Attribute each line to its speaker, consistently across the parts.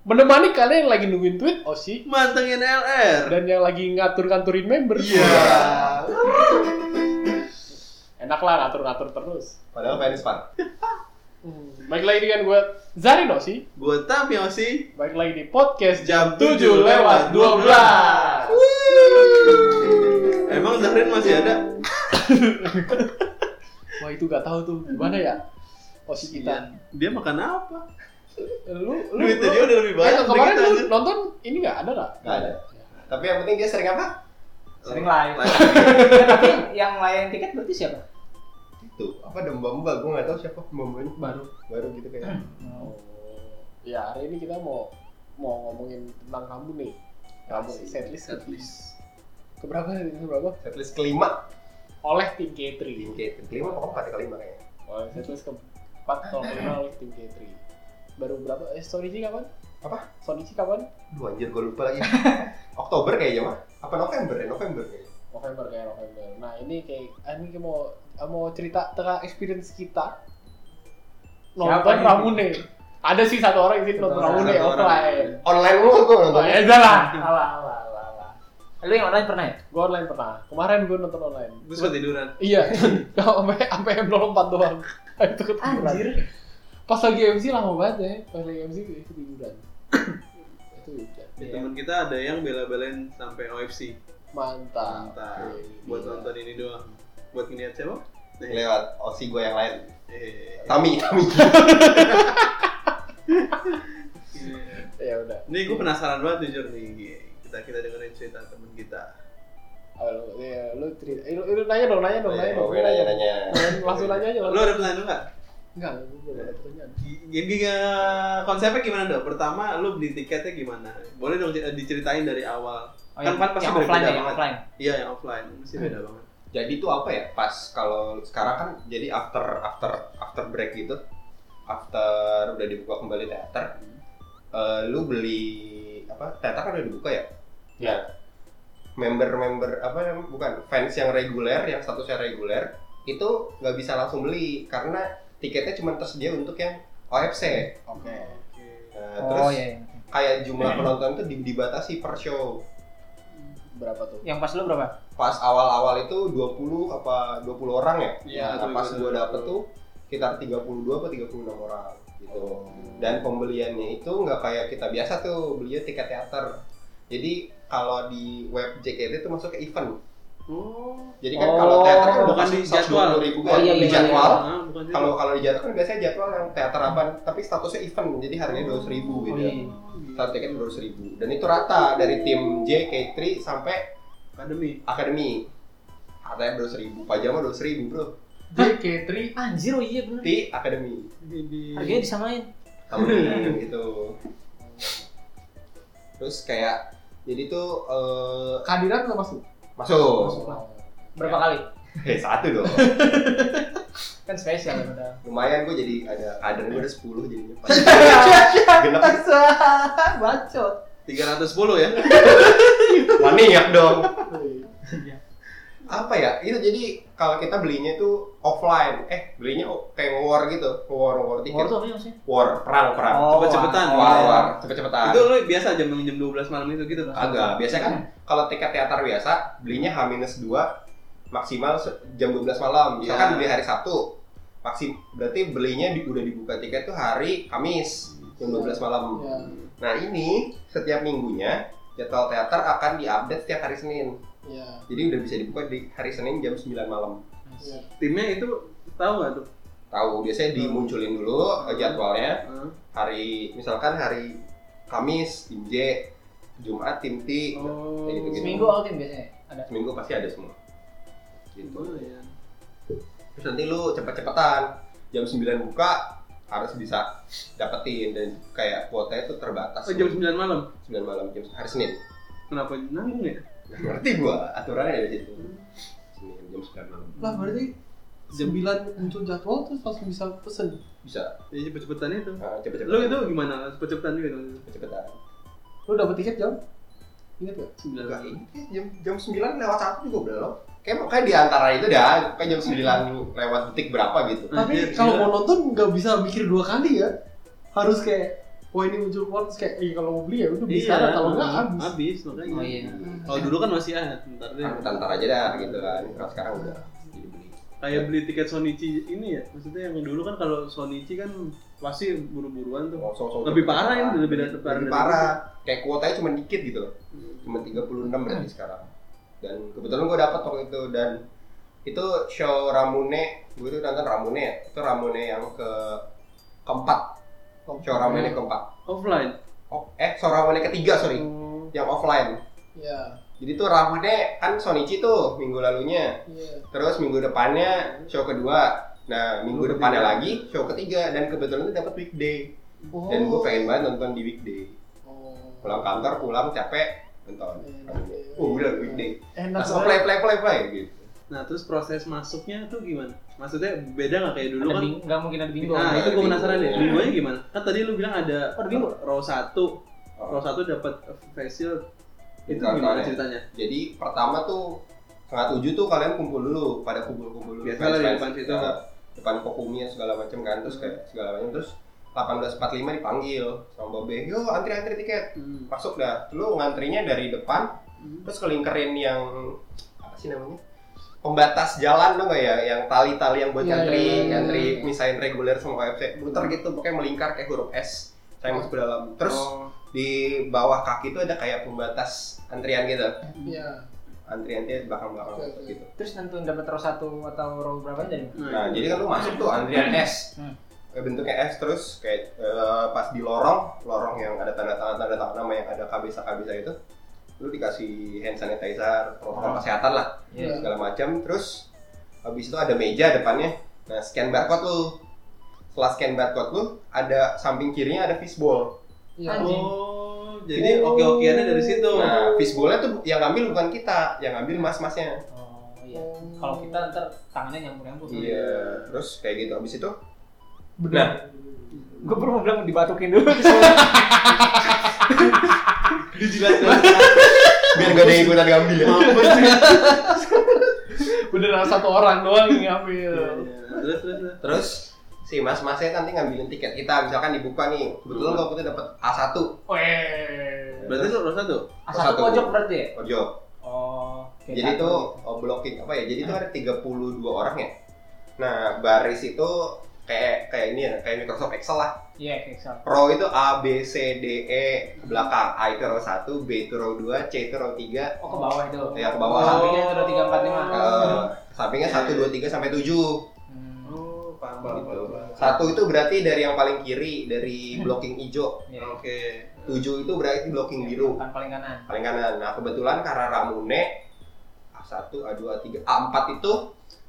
Speaker 1: Menemani kalian yang lagi nungguin tweet Osi
Speaker 2: Mantengin LR.
Speaker 1: dan yang lagi ngatur-ngaturin member.
Speaker 2: Iya.
Speaker 1: Enak lah ngatur-ngatur terus.
Speaker 3: Padahal fans Park.
Speaker 1: Hmm. Baik lagi dengan gue Zarin Osi.
Speaker 2: Gue Tam Yosi.
Speaker 1: Baik lagi di podcast
Speaker 2: Jam 7 lewat 12. Emang Zahrin masih ada?
Speaker 1: Wah itu gak tahu tuh gimana ya. Osi kita.
Speaker 2: Dia makan apa?
Speaker 1: Lu lu,
Speaker 2: Iya. Duitnya
Speaker 1: lu-
Speaker 2: dia udah lebih banyak
Speaker 1: Eh, kemarin
Speaker 2: dari
Speaker 1: lu
Speaker 2: kita, anjir.
Speaker 1: nonton ini nggak ada nggak?
Speaker 3: Nggak ada. Tapi yang penting dia sering apa?
Speaker 4: Sering live.
Speaker 2: Live.
Speaker 4: Ya, tapi yang layan tiket berarti siapa?
Speaker 3: Itu apa domba-domba? Gue nggak tahu siapa domba-dombanya.
Speaker 1: Baru.
Speaker 3: Baru gitu kayak.
Speaker 1: Oh. Ya hari ini kita mau mau ngomongin tentang kamu nih. Kamu
Speaker 3: Asik.
Speaker 1: setlist setlist. Keberapa hari ini berapa?
Speaker 3: Setlist kelima.
Speaker 1: Oleh tim K3.
Speaker 3: Oke, kelima apa keempat ya kelima kayaknya.
Speaker 1: Oleh setlist keempat atau kelima oleh tim K3. Baru berapa? Eh Sonichi kapan?
Speaker 3: Apa?
Speaker 1: Sonichi kapan?
Speaker 3: Duh anjir gue lupa lagi. Oktober kayaknya mah. Apa November ya? November kayaknya.
Speaker 1: November kayak November. Nah ini kayak ah, ini kayak mau ah, mau cerita tentang experience kita nonton
Speaker 4: ini?
Speaker 1: Ramune. Ada sih satu orang yang sih nonton
Speaker 4: Satu orang,
Speaker 1: Ramune
Speaker 2: satu orang.
Speaker 1: offline.
Speaker 3: Online lu gue nonton.
Speaker 1: Oh, ya udah lah.
Speaker 4: Alah, alah, alah, alah. Lu yang online pernah ya?
Speaker 1: Gue online pernah. Kemarin gue nonton online.
Speaker 2: Gue suka tiduran.
Speaker 1: Iya. Sampai sampai M04 doang. Itu ketiduran. Pas lagi MC lama banget ya. Pas lagi MC itu ketiduran. itu udah.
Speaker 2: Di
Speaker 1: Ya,
Speaker 2: teman kita ada yang bela-belain sampai OFC.
Speaker 1: mantap.
Speaker 2: Mantap.
Speaker 1: Iya.
Speaker 2: Buat nonton ini doang. Buat ngeliat siapa? Eh,
Speaker 3: Lewat osi gue yang lain.
Speaker 2: eh,
Speaker 3: Tami, Tami.
Speaker 2: eh.
Speaker 1: Ya udah.
Speaker 2: Nih gue penasaran banget jujur nih. Kita kita dengerin cerita temen kita.
Speaker 1: Halo, ya, lu cerita. Eh, lu, lu nanya dong, nanya dong, nanya dong.
Speaker 3: Oh, iya, Nanya, Gue nanya-nanya.
Speaker 1: Langsung nanya aja.
Speaker 2: Lo
Speaker 1: langsung.
Speaker 2: ada pertanyaan nggak?
Speaker 1: Enggak, gue belum ada pertanyaan.
Speaker 2: Jadi eh, konsepnya gimana dong? Pertama lu beli tiketnya gimana? Boleh dong eh, diceritain dari awal.
Speaker 4: Oh, yang,
Speaker 2: Kan pan pasti
Speaker 4: yang
Speaker 2: berbeda
Speaker 4: offline ya,
Speaker 2: banget.
Speaker 4: yang offline.
Speaker 2: Iya yang offline, mesti
Speaker 3: Hmm.
Speaker 2: beda banget.
Speaker 3: Jadi itu apa ya? Pas kalau sekarang kan jadi after after after break gitu. After udah dibuka kembali teater. eh, lu beli apa? Teater kan udah dibuka ya?
Speaker 1: Iya.
Speaker 3: Member-member apa namanya? Bukan fans yang reguler, yang statusnya reguler itu nggak bisa langsung beli karena tiketnya cuma tersedia untuk yang OFC.
Speaker 1: Oke.
Speaker 3: Nah, terus
Speaker 4: Oh iya, iya.
Speaker 3: kayak jumlah penonton itu di- dibatasi per show.
Speaker 1: Berapa tuh?
Speaker 4: Yang pas lu berapa?
Speaker 3: Pas awal-awal itu 20 apa 20 orang ya?
Speaker 2: Iya,
Speaker 3: Nah, pas gua dapet tuh sekitar 32 apa 36 orang gitu. Dan pembeliannya itu nggak kayak kita biasa tuh belinya tiket teater. Jadi kalau di web JKT itu masuk ke event.
Speaker 2: Oh,
Speaker 3: Jadi kan
Speaker 4: Oh,
Speaker 3: kalau teater kan
Speaker 2: bukan di jadwal.
Speaker 3: ribu kan,
Speaker 4: Oh, iya,
Speaker 3: di
Speaker 4: iya,
Speaker 3: jadwal.
Speaker 2: Ah, bukan jadwal.
Speaker 3: Kalau kalau di jadwal kan biasanya jadwal yang teater apa, tapi statusnya event, jadi harganya dua ribu
Speaker 4: Oh,
Speaker 3: gitu.
Speaker 4: iya.
Speaker 3: Satu tiket dua ribu, dan itu rata dari tim JK3 sampai
Speaker 2: Pandemi.
Speaker 3: akademi. Harganya dua ribu, pajama dua ribu bro.
Speaker 1: JK3
Speaker 4: Anjir, oh iya bener.
Speaker 3: Di akademi.
Speaker 2: Di, di...
Speaker 4: Harganya disamain. Hmm.
Speaker 3: Tahunan gitu. Terus kayak jadi tuh eh,
Speaker 1: kehadiran nggak masuk?
Speaker 3: masuk.
Speaker 4: Berapa kali?
Speaker 3: Eh satu dong.
Speaker 4: Kan spesial ya padahal.
Speaker 3: Lumayan gue jadi ada kader gue ada 10 jadinya. Genep.
Speaker 4: Bacot.
Speaker 2: 310 ya?
Speaker 3: Iya. Maniak dong.
Speaker 4: Iya.
Speaker 3: Apa ya? Itu jadi kalau kita belinya tuh offline. Eh, belinya o- kayak war gitu. War war
Speaker 4: War
Speaker 3: tiket.
Speaker 4: tuh iya. apa sih maksudnya? Oh, ah,
Speaker 3: War, perang perang.
Speaker 2: cepet-cepetan.
Speaker 4: wah,
Speaker 3: War
Speaker 4: wah.
Speaker 3: war cepet-cepetan.
Speaker 2: Itu lu biasa jam jam 12 malam itu gitu kan?
Speaker 3: Agak. Biasanya kan kalau tiket teater biasa belinya H-2 maksimal se- jam 12 malam.
Speaker 2: Iya.
Speaker 3: Misalkan beli hari Sabtu. Maksim berarti belinya di- udah dibuka tiket tuh hari Kamis jam 12 malam.
Speaker 1: Iya.
Speaker 3: Nah, ini setiap minggunya jadwal teater akan diupdate setiap hari Senin.
Speaker 1: Iya.
Speaker 3: Jadi udah bisa dibuka di hari Senin jam 9 malam.
Speaker 1: Iya.
Speaker 2: Timnya itu tahu nggak tuh?
Speaker 3: Tahu biasanya dimunculin dulu eh, jadwalnya
Speaker 2: Heeh.
Speaker 3: hari misalkan hari Kamis tim J, Jumat tim
Speaker 2: Oh,
Speaker 3: T, Iya, Kayak gitu, gitu-gitu.
Speaker 4: Seminggu all team biasanya ada.
Speaker 3: seminggu pasti ada semua. Gitu.
Speaker 2: Lumayan.
Speaker 3: Terus nanti lu cepet-cepetan jam 9 buka harus bisa dapetin dan kayak kuotanya itu terbatas.
Speaker 2: Oh, jam 9 malam?
Speaker 3: 9 malam jam hari Senin.
Speaker 2: Kenapa nanggung ya?
Speaker 3: Nggak Ngerti gua aturannya ada gitu. Senin jam 9 malam.
Speaker 1: Lah berarti sembilan muncul jadwal terus langsung bisa pesen.
Speaker 3: Bisa
Speaker 2: Ya cepet-cepetan itu.
Speaker 3: nah, cepet-cepetan.
Speaker 2: Lu itu gimana? Cepet-cepetan juga dong.
Speaker 3: cepet-cepetan.
Speaker 1: Lu dapet tiket jam? Ingat gak?
Speaker 2: Sembilan.
Speaker 3: Enggak ini kayak jam jam 9 lewat 1 juga belum. Kayak makanya di antara itu dah, kayak jam 9 lewat detik berapa gitu.
Speaker 1: Tapi
Speaker 2: Anjir,
Speaker 1: kalau
Speaker 2: gila.
Speaker 1: mau nonton nggak bisa mikir dua kali ya. Harus kayak wah ini muncul keluar terus kayak iya kalau mau beli ya udah beli
Speaker 2: Iya,
Speaker 1: sekarang kalau nggak habis
Speaker 2: Habis makanya.
Speaker 5: Oh iya.
Speaker 2: Kalau dulu kan masih ada, ntar deh.
Speaker 3: Angkutan ntar aja dah gitu kan. Kalau sekarang udah jadi beli.
Speaker 2: Kayak beli tiket Sonichi ini ya, maksudnya yang dulu kan kalau Sonichi kan pasti buru-buruan tuh.
Speaker 3: Langsung-langsung
Speaker 2: Lebih
Speaker 3: cepet.
Speaker 2: parah ya, lebih dari-
Speaker 3: gitu. lebih
Speaker 2: parah dari- Hmm.
Speaker 3: parah. Kayak kuotanya cuma dikit gitu loh. Cuma 36 berarti sekarang. Dan kebetulan gue dapat waktu itu dan itu show Ramune, gue tuh nonton Ramune ya. Itu Ramune yang ke keempat. Show
Speaker 2: Hmm.
Speaker 3: Ramune keempat.
Speaker 2: Offline.
Speaker 3: Oh, eh, show Ramune ketiga sorry, yang offline.
Speaker 1: ya
Speaker 3: Jadi tuh Ramune kan Sonichi tuh minggu lalunya.
Speaker 1: iya
Speaker 3: Terus minggu depannya show kedua. Nah, minggu
Speaker 2: Minggu
Speaker 3: depannya
Speaker 2: ketiga.
Speaker 3: lagi show ketiga dan kebetulan itu dapat weekday.
Speaker 1: oh.
Speaker 3: Dan gue pengen banget nonton di weekday.
Speaker 1: oh.
Speaker 3: Pulang kantor, pulang capek, nonton.
Speaker 2: Hmm.
Speaker 1: Enak.
Speaker 3: Oh, udah weekday.
Speaker 1: enak
Speaker 3: Langsung
Speaker 1: banget
Speaker 3: play play play play gitu.
Speaker 2: Nah, terus proses masuknya tuh gimana? Maksudnya beda nggak kayak dulu
Speaker 5: Ada
Speaker 2: kan?
Speaker 5: bing- nggak mungkin ada bingo.
Speaker 2: Nah, itu gue
Speaker 3: bingo.
Speaker 2: penasaran deh. Bingonya gimana? Kan tadi lu bilang ada
Speaker 5: Oh, ada bingo?
Speaker 2: row 1. Row
Speaker 3: Oh.
Speaker 2: 1 dapat facial itu
Speaker 3: Ntar,
Speaker 2: gimana
Speaker 3: ntar ya.
Speaker 2: ceritanya?
Speaker 3: Jadi pertama tuh setengah tujuh tuh kalian kumpul dulu, pada kumpul-kumpul dulu.
Speaker 2: Biasa lah di
Speaker 3: Fans-fans,
Speaker 2: depan situ.
Speaker 3: ya, depan kokumnya segala macam kan, terus
Speaker 2: Hmm.
Speaker 3: kayak segala macam terus 18.45 dipanggil sama Bobe, yo antri-antri tiket,
Speaker 2: Hmm.
Speaker 3: masuk dah. Lu ngantrinya dari depan
Speaker 2: Hmm.
Speaker 3: terus kelingkerin yang apa sih namanya pembatas jalan tuh nggak ya yang tali-tali yang buat
Speaker 1: Iya, iya,
Speaker 3: nyantri
Speaker 1: iya, iya. Hmm.
Speaker 3: nyantri misahin reguler sama KFC putar gitu pokoknya melingkar kayak huruf S saya masuk ke dalam terus
Speaker 2: Oh.
Speaker 3: di bawah kaki itu ada kayak pembatas antrian gitu
Speaker 1: ya
Speaker 3: antrian dia belakang belakang
Speaker 1: Oke, oke.
Speaker 3: gitu
Speaker 5: Terus nentuin dapat row satu atau row berapa dari mana?
Speaker 2: Nah,
Speaker 3: nah jadi kan lu masuk tuh antrian S
Speaker 5: Hmm.
Speaker 3: Kayak bentuknya S terus kayak eh, pas di lorong lorong yang ada tanda tangan tanda tangan nama yang ada kabisa kabisa itu lu dikasih hand sanitizer protokol
Speaker 5: Oh.
Speaker 3: kesehatan lah
Speaker 1: Iya.
Speaker 3: segala macam terus habis itu ada meja depannya nah scan barcode lu setelah scan barcode lu ada samping kirinya ada fishbowl
Speaker 1: ya
Speaker 4: Anjing.
Speaker 2: Oh, jadi oke-okeannya dari situ.
Speaker 3: nah fishbownya tuh yang ngambil bukan kita yang ngambil mas-masnya
Speaker 5: Oh iya. Kalau kita ntar tangannya
Speaker 4: Oh,
Speaker 5: nyambur-nyambur.
Speaker 3: iya terus kayak gitu habis itu
Speaker 1: benar
Speaker 5: Gue baru mau bilang dibatukin dulu.
Speaker 2: Dijilat-jilat.
Speaker 3: biar gak ada yang ikutan ngambil ya
Speaker 1: beneran satu orang doang yang ngambil
Speaker 2: Iya, iya. Terus terus. terus.
Speaker 3: terus si mas-masnya nanti ngambilin tiket kita misalkan dibuka nih kebetulan gua waktu itu dapat A1
Speaker 1: weh
Speaker 2: Berarti itu row 1.
Speaker 5: Ah, satu
Speaker 3: Satu.
Speaker 5: pojok berarti ya?
Speaker 3: pojok
Speaker 5: Oh. kayak
Speaker 3: eh, Jadi
Speaker 5: satu
Speaker 3: itu oh, blocking apa ya? Jadi itu ada 32 orang ya. Nah, baris itu kayak kayak ini ya, kayak Microsoft Excel lah.
Speaker 5: Iya, kayak Excel.
Speaker 3: Row itu A B C D E ke belakang. A itu row 1, B itu row 2, C itu row 3.
Speaker 5: Oh, ke bawah itu.
Speaker 3: Ya ke
Speaker 5: Oh,
Speaker 3: bawah. Iya.
Speaker 5: sampingnya itu ada tiga empat lima.
Speaker 4: Hmm.
Speaker 3: Ke Eh, sampingnya 1 2 3 sampai 7.
Speaker 5: Hmm.
Speaker 2: Oh, paham paham,
Speaker 3: Gitu.
Speaker 2: paham.
Speaker 3: Satu itu berarti dari yang paling kiri dari blocking hijau.
Speaker 5: Iya.
Speaker 2: Oke.
Speaker 3: 7 itu berarti blocking biru.
Speaker 5: Kan paling kanan.
Speaker 3: paling kanan. Nah kebetulan karena Ramune A1, A2, A3, A4 itu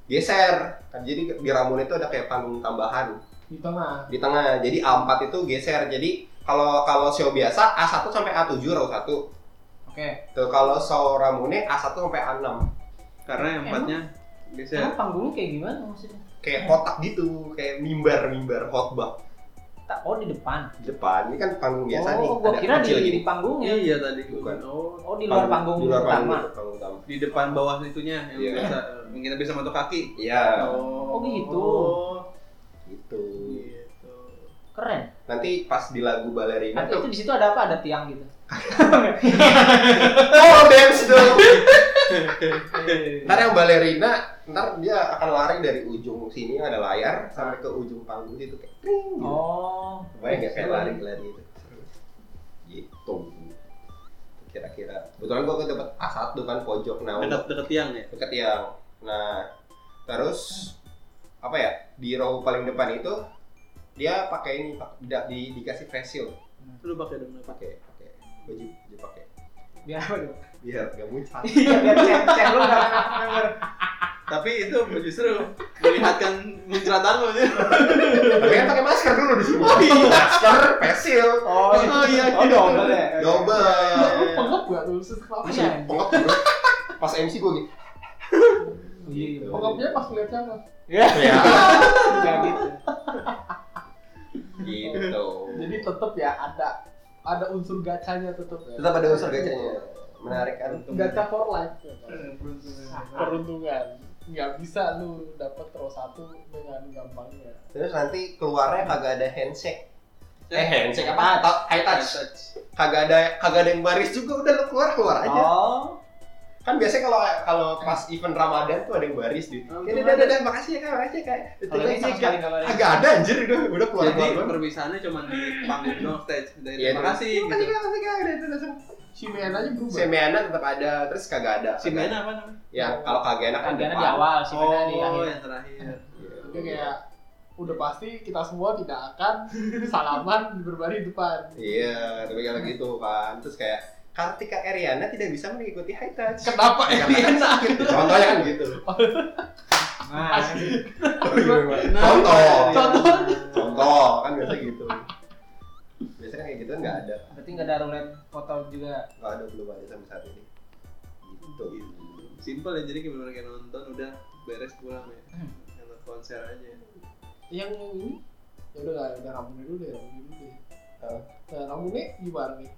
Speaker 3: geser. Kan Jadi di Ramune itu ada kayak panggung tambahan
Speaker 1: di tengah
Speaker 3: di tengah. Jadi A4 itu geser. Jadi kalau kalau show biasa A1 sampai A7 row 1.
Speaker 5: Oke.
Speaker 3: Tuh kalau show Ramune A1 sampai A6.
Speaker 2: Karena yang empatnya biasanya
Speaker 5: Emang panggungnya kayak gimana maksudnya?
Speaker 3: Kayak kotak gitu, kayak mimbar-mimbar khotbah
Speaker 5: Tak oh di depan.
Speaker 3: di depan. Ini kan panggung biasa nih.
Speaker 5: oh, gua
Speaker 3: ada
Speaker 5: kira
Speaker 3: kecil
Speaker 5: di,
Speaker 3: gini.
Speaker 5: di panggungnya.
Speaker 2: Iya tadi
Speaker 3: Bukan.
Speaker 2: Oh,
Speaker 5: Oh, di luar panggung,
Speaker 3: di luar panggung, gitu,
Speaker 5: utama.
Speaker 3: panggung utama.
Speaker 2: di depan bawah itunya yang
Speaker 3: Iya.
Speaker 2: bisa yang kita bisa mentok kaki.
Speaker 3: Iya,
Speaker 2: Oh,
Speaker 5: gitu.
Speaker 3: gitu.
Speaker 1: iya.
Speaker 2: Gitu.
Speaker 5: Keren.
Speaker 3: Nanti pas di lagu balerina
Speaker 5: Nanti
Speaker 3: Iya, tuh
Speaker 5: itu di situ ada apa? Ada tiang gitu.
Speaker 3: Oh dance dong. ntar yang balerina, ntar dia akan lari dari ujung sini ada layar sampai ke ujung panggung itu kayak pring. gitu.
Speaker 5: Oh.
Speaker 3: Bayang nggak kayak lari lari itu. Gitu. Kira-kira. Kebetulan gua dapat A1 kan pojok nah
Speaker 2: Dekat dekat tiang ya.
Speaker 3: dekat yang. Nah terus apa ya di row paling depan itu dia pakai ini pak tidak di, dikasih face shield
Speaker 2: Lu pakai dong apa?
Speaker 3: pakai pakai baju baju pakai
Speaker 5: Biar apa dong?
Speaker 3: biar nggak muncrat
Speaker 5: Iya, biar cek-cek lu nggak kena member.
Speaker 2: Tapi itu justru melihatkan muncratan lu ya.
Speaker 3: Tapi kan pakai masker dulu di sini. iya, masker, pesil,
Speaker 5: Oh,
Speaker 2: iya.
Speaker 5: Oh, double ya.
Speaker 3: double.
Speaker 1: lu pengap gak tuh Sus? kenapa
Speaker 5: Iya.
Speaker 1: ya
Speaker 3: Pengap dulu. Pas MC gue gitu.
Speaker 5: Iya,
Speaker 4: Gitu.
Speaker 5: iya.
Speaker 1: pengapnya pas ngeliat siapa
Speaker 5: Iya.
Speaker 3: Ya.
Speaker 5: Enggak gitu.
Speaker 3: Gitu.
Speaker 1: jadi tetep ya ada ada unsur gacanya tetep ya
Speaker 3: Tetap ada unsur gacanya. Menarik kan?
Speaker 1: gacha for life ya, Pak. peruntungan nggak bisa lu dapet row satu dengan gampangnya
Speaker 3: Terus nanti keluarnya kagak ada handshake. eh handshake
Speaker 4: Touch.
Speaker 3: apa Ta- high touch kagak ada kagak ada yang baris juga udah lu keluar keluar aja
Speaker 5: Oh.
Speaker 3: kan biasanya kalau kalau pas event ramadan tuh ada yang baris di
Speaker 2: Oh,
Speaker 3: ya
Speaker 2: itu
Speaker 3: udah
Speaker 2: ada.
Speaker 3: udah udah, makasih ya kak makasih ya kak itu
Speaker 4: Kalau ini sama
Speaker 3: aja
Speaker 4: sekali nggak ada.
Speaker 3: kagak ada anjir udah udah keluar
Speaker 2: Jadi
Speaker 3: keluar
Speaker 2: perpisahannya cuma di panggung doang stage. Dari
Speaker 3: Iya,
Speaker 2: terima kasih.
Speaker 3: Terima kasih
Speaker 2: Gitu.
Speaker 3: kak makasih kak udah itu langsung
Speaker 1: Si Mian aja berubah.
Speaker 3: semeana tetap ada terus kagak ada
Speaker 2: Si Mena apa namanya?
Speaker 3: ya kalau kagak enak kan
Speaker 4: Kagana di
Speaker 3: depan. Iya.
Speaker 4: awal sih, Mena di
Speaker 2: Oh,
Speaker 4: akhir.
Speaker 2: yang terakhir.
Speaker 1: Dia kayak udah pasti kita semua tidak akan salaman berbari depan.
Speaker 3: Iya, tapi kalau gitu kan, terus kayak Kartika Eriana tidak bisa mengikuti high touch.
Speaker 1: Kenapa
Speaker 3: Karena
Speaker 1: Eliana?
Speaker 3: sakit. Contohnya kan gitu.
Speaker 2: Oh,
Speaker 5: Nah,
Speaker 4: iya.
Speaker 2: Nah,
Speaker 3: Contoh. kan
Speaker 2: iya.
Speaker 1: Contoh.
Speaker 3: Contoh kan biasa gitu. Biasanya kan kayak gitu nggak ada,
Speaker 4: Berarti nggak ada roulette foto juga.
Speaker 3: nggak ada belum ada sampai saat ini. Gitu.
Speaker 2: Simpel ya, jadi gimana kayak nonton udah beres pulang ya.
Speaker 4: Hmm.
Speaker 2: Nonton konser aja.
Speaker 1: Yang ini ya udah lah, udah Ramune dulu deh, Ramune dulu deh.
Speaker 3: Hah?
Speaker 1: Nah, Ramune gimana nih?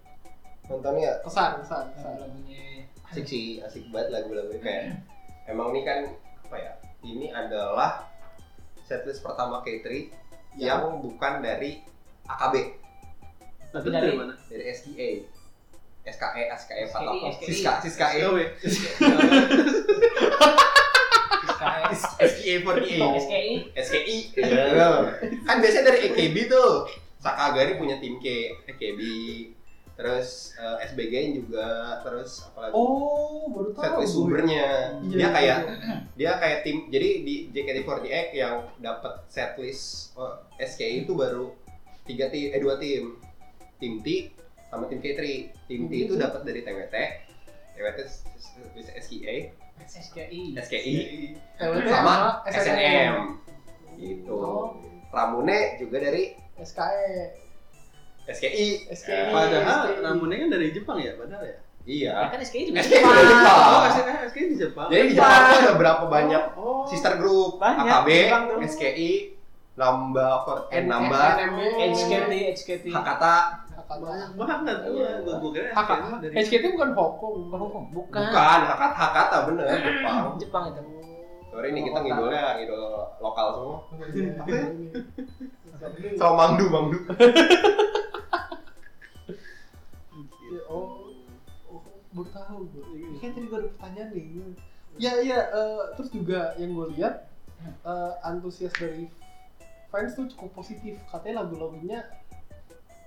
Speaker 3: Nontonnya
Speaker 1: Kesan, kesan, kesan.
Speaker 4: eh, Lagunya
Speaker 3: asik sih, asik banget lagu-lagunya kayak. Emang ini kan apa ya? Ini adalah setlist pertama K3
Speaker 1: Iya. Ya.
Speaker 3: yang bukan dari AKB.
Speaker 2: Tapi
Speaker 4: dari-
Speaker 2: dari mana?
Speaker 3: dari SGA SKE SKE
Speaker 1: E,
Speaker 4: SKE,
Speaker 3: Fatoko
Speaker 4: SKE.
Speaker 3: E, Siska Siska E
Speaker 2: Oh, iya.
Speaker 4: SKS.
Speaker 1: E,
Speaker 3: SKE 48
Speaker 4: SKI.
Speaker 3: SKI Iya. kan biasanya dari EKB tuh Sakagari punya tim K EKB terus eh, SBG juga terus apalagi
Speaker 1: Oh, baru tahu.
Speaker 3: setlist
Speaker 1: gue.
Speaker 3: sumbernya
Speaker 1: Iya,
Speaker 3: dia kayak
Speaker 1: iya.
Speaker 3: dia kayak tim jadi di JKT48 yang dapat setlist oh, SKI itu baru tiga tim eh dua tim tim T sama tim K3 tim T itu dapat dari TWT TWT s- s- bisa SKA
Speaker 4: SKI.
Speaker 3: SKI
Speaker 1: TWT
Speaker 3: sama
Speaker 1: sama SNM.
Speaker 3: SNM gitu
Speaker 1: Oh.
Speaker 3: Ramune juga dari
Speaker 1: SKE.
Speaker 3: SKI
Speaker 1: SKI.
Speaker 3: Eh,
Speaker 2: Padahal Ramune kan dari Jepang ya, padahal ya.
Speaker 4: Ya
Speaker 3: iya
Speaker 4: kan SKI juga.
Speaker 3: SKI
Speaker 4: Jepang.
Speaker 3: dari Jepang
Speaker 2: Oh, SKI SKI di Jepang.
Speaker 3: jadi di Jepang tuh ada berapa banyak
Speaker 2: Oh.
Speaker 3: sister group
Speaker 5: Banyak,
Speaker 3: AKB
Speaker 5: Jepang tuh.
Speaker 3: SKI Namba for eh, Namba
Speaker 1: SNM.
Speaker 5: HKT, HKT.
Speaker 3: Hakata
Speaker 1: Hakata.
Speaker 2: banyak banget iya gua gua kira
Speaker 1: Haka.
Speaker 2: SKI dari
Speaker 3: Eh,
Speaker 1: HKT bukan Hongkong, bukan Hongkong.
Speaker 4: Bukan.
Speaker 3: Bukan, Hakata, Hakata bener, Jepang.
Speaker 4: Jepang itu.
Speaker 3: Sore ini kita ngidolnya ngidol lokal semua.
Speaker 1: Apa ya?
Speaker 3: Sama Mangdu, Mangdu. iya,
Speaker 2: Gitu.
Speaker 1: Oh, oh, baru tahu gue. Kan tadi gue ada pertanyaan nih. gua. Ya iya, eh, terus juga yang gue lihat eh, antusias dari fans tuh cukup positif. Katanya lagu-lagunya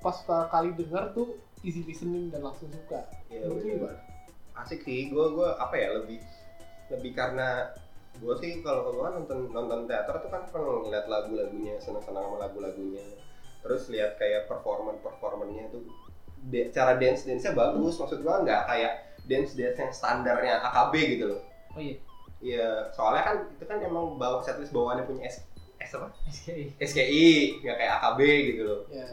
Speaker 1: pas pertama kali denger tuh easy listening dan langsung suka.
Speaker 3: Ya,
Speaker 1: Menurut lu
Speaker 3: bener.
Speaker 1: gimana?
Speaker 3: Asik sih, gue gue apa ya lebih lebih karena gue sih kalau gue nonton nonton teater tuh kan pengen ngeliat lagu-lagunya senang-senang sama lagu-lagunya terus lihat kayak performan performannya tuh de- cara dance dance nya bagus maksud gue nggak kayak dance dance yang standarnya AKB gitu loh
Speaker 4: Oh iya.
Speaker 3: Iya, soalnya kan itu kan emang bawa setlist bawaannya punya S, S apa?
Speaker 4: SKI.
Speaker 3: SKI, nggak kayak AKB gitu loh.
Speaker 1: Ya.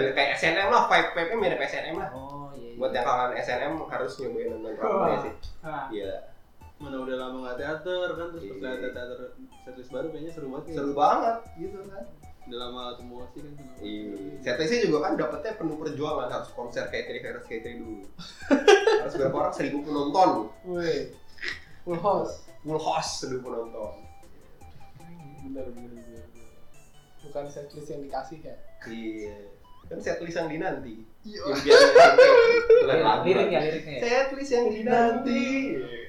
Speaker 3: Ya kayak SNM lah, vibe vibe nya mirip SNM lah.
Speaker 4: Oh iya.
Speaker 3: Buat yang kangen SNM harus nyobain nonton Ramune sih.
Speaker 5: Ah,
Speaker 3: Iya,
Speaker 2: mana udah lama nggak teater kan terus pas
Speaker 3: Iya.
Speaker 2: ada teater setlist baru kayaknya seru banget ya.
Speaker 3: seru banget gitu kan.
Speaker 2: udah lama nggak ketemu sih kan senang
Speaker 3: Iya,
Speaker 2: banget.
Speaker 3: setlistnya juga kan dapetnya penuh perjuangan harus konser kayak tadi harus kayak tadi dulu. harus berapa orang seribu penonton,
Speaker 1: Woi. Full house.
Speaker 3: full host seribu penonton.
Speaker 1: Bener, bener, bener. bener. Bukan setlist yang dikasih ya.
Speaker 3: Iya, kan setlist yang dinanti.
Speaker 1: Iya.
Speaker 3: Yang biasanya sampai bulan
Speaker 4: Lirik ya
Speaker 3: Ramadan.
Speaker 4: liriknya. ya?
Speaker 3: Setlist yang dinanti.
Speaker 4: I see,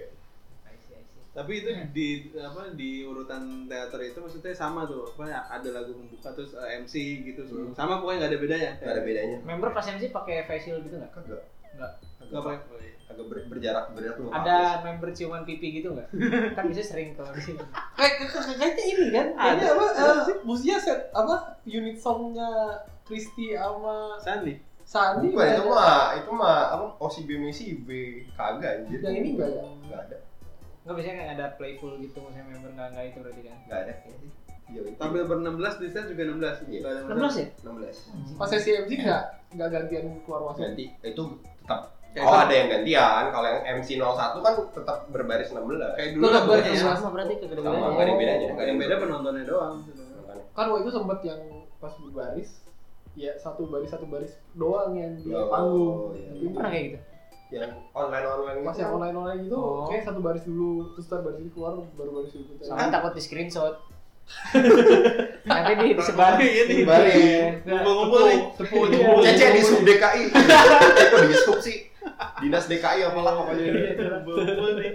Speaker 4: I see.
Speaker 2: tapi itu di apa di urutan teater itu maksudnya sama tuh apa ya, ada lagu pembuka terus eh, MC gitu
Speaker 3: Hmm.
Speaker 2: sama pokoknya nggak ada bedanya
Speaker 3: Gak ada bedanya.
Speaker 4: Member pas MC pakai face shield gitu nggak?
Speaker 3: Kagak.
Speaker 4: Nggak.
Speaker 2: nggak apa oh, iya.
Speaker 3: Agak ber- berjarak berjarak dua
Speaker 4: Ada member ciuman pipi gitu nggak? kan biasanya sering kalau di sini.
Speaker 1: Kayak kayaknya Nah, ini Eh, kan,
Speaker 2: Ada.
Speaker 1: kayaknya apa? eh, musiknya set apa unit songnya Kristi sama
Speaker 2: Sandi
Speaker 1: Sandi. ya?
Speaker 3: Bukan itu
Speaker 1: ada.
Speaker 3: mah, itu mah apa OCB MCB kagak anjir.
Speaker 1: Yang ini nggak ya? ada?
Speaker 3: Nggak ada.
Speaker 4: Nggak biasanya kayak ada playful gitu maksudnya member nggak nggak itu berarti kan?
Speaker 3: Enggak ada kayaknya. Jauh itu.
Speaker 2: tampil ber 16 di set juga 16
Speaker 3: Iya.
Speaker 2: Nggak ada masalah.
Speaker 4: 16 ya?
Speaker 3: 16.
Speaker 1: Pas sesi MC nggak nggak gantian keluar masuk.
Speaker 3: Ganti itu tetap
Speaker 2: Kayak itu-
Speaker 3: kalau Oh, ada yang gantian, kalau yang MC 01 kan tetap berbaris 16.
Speaker 2: kayak dulu
Speaker 1: Tetap
Speaker 2: lah pokoknya
Speaker 1: berarti
Speaker 2: ya.
Speaker 1: sama.
Speaker 4: Sama berarti kagak ada
Speaker 3: Sama,
Speaker 4: bedanya.
Speaker 3: nggak ada bedanya.
Speaker 2: Nggak ada yang beda penontonnya doang
Speaker 1: Kan waktu itu sempet yang pas berbaris, ya satu baris satu baris doang yang di
Speaker 3: Oh,
Speaker 1: panggung.
Speaker 3: iya.
Speaker 1: Tapi
Speaker 4: Pernah kayak gitu?
Speaker 3: Yang online-online
Speaker 1: Pas yang online online gitu,
Speaker 4: Oh.
Speaker 1: kayak satu baris dulu, terus ntar baris ini keluar, baru baris ini keluar.
Speaker 4: Soalnya takut di screenshot.
Speaker 5: Nanti di disebar.
Speaker 2: Ini
Speaker 3: Disebarin.
Speaker 2: Ngumpul-ngumpul nih.
Speaker 1: tepung,
Speaker 5: Iya.
Speaker 1: tepung.
Speaker 3: Oh, Cece di sub DKI. Itu di sub sih. Dinas DKI apalah pokoknya. Gitu.
Speaker 2: Ngumpul-ngumpul nih.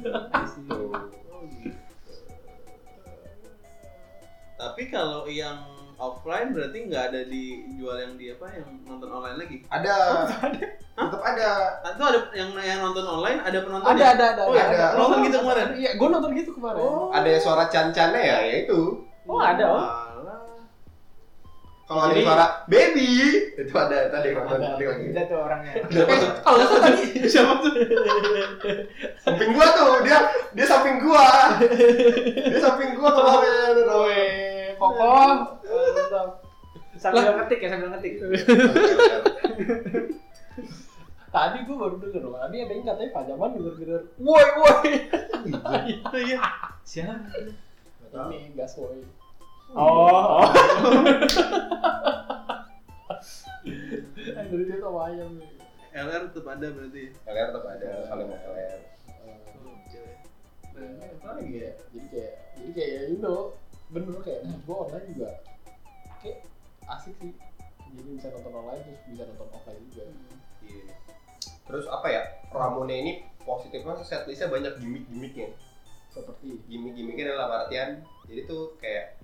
Speaker 3: Tuh.
Speaker 2: Tapi kalau yang offline berarti nggak ada dijual yang di apa yang nonton online lagi.
Speaker 3: Ada. Tetap ada.
Speaker 2: Itu ada yang yang nonton online ada penonton
Speaker 1: Ada, ada, ada.
Speaker 2: Oh, iya,
Speaker 3: ada.
Speaker 2: Nonton gitu kemarin?
Speaker 1: Iya, gue nonton gitu kemarin.
Speaker 3: Ada suara cancannya ya, ya itu.
Speaker 5: Oh, ada, oh.
Speaker 2: Alah.
Speaker 3: Kalau ada
Speaker 5: Jadi-
Speaker 3: suara baby, itu ada tadi nonton tadi lagi.
Speaker 4: Ada tuh orangnya.
Speaker 1: Eh, kalau nggak salah tadi
Speaker 2: Siapa tuh?
Speaker 3: Samping gua tuh, dia dia samping gua. Dia samping gua gitu. tuh. Oh, iya.
Speaker 1: kokoh. eh, bentar.
Speaker 4: Sambil ngetik ya, sambil ngetik.
Speaker 1: Tadi gue baru denger, loh. tadi ada yang katanya Pak Jaman denger-denger Woi woi
Speaker 2: Iya.
Speaker 5: Siapa?
Speaker 1: Ini gas woi
Speaker 5: Oh, oh.
Speaker 1: Dari dia tau ayam nih
Speaker 2: LR tetap ada berarti.
Speaker 3: LR tetap ada kalau mau LR.
Speaker 2: Eh, apa lagi
Speaker 1: Iya,
Speaker 2: ya?
Speaker 1: jadi kayak jadi kayak ya you know bener kayak nah, gue online juga kayak asik sih jadi bisa nonton online terus bisa nonton offline juga
Speaker 3: Iya. Terus apa ya? Ramone ini positifnya setlistnya banyak gimmick-gimmicknya.
Speaker 1: seperti
Speaker 3: gimmick-gimmicknya dalam artian jadi tuh kayak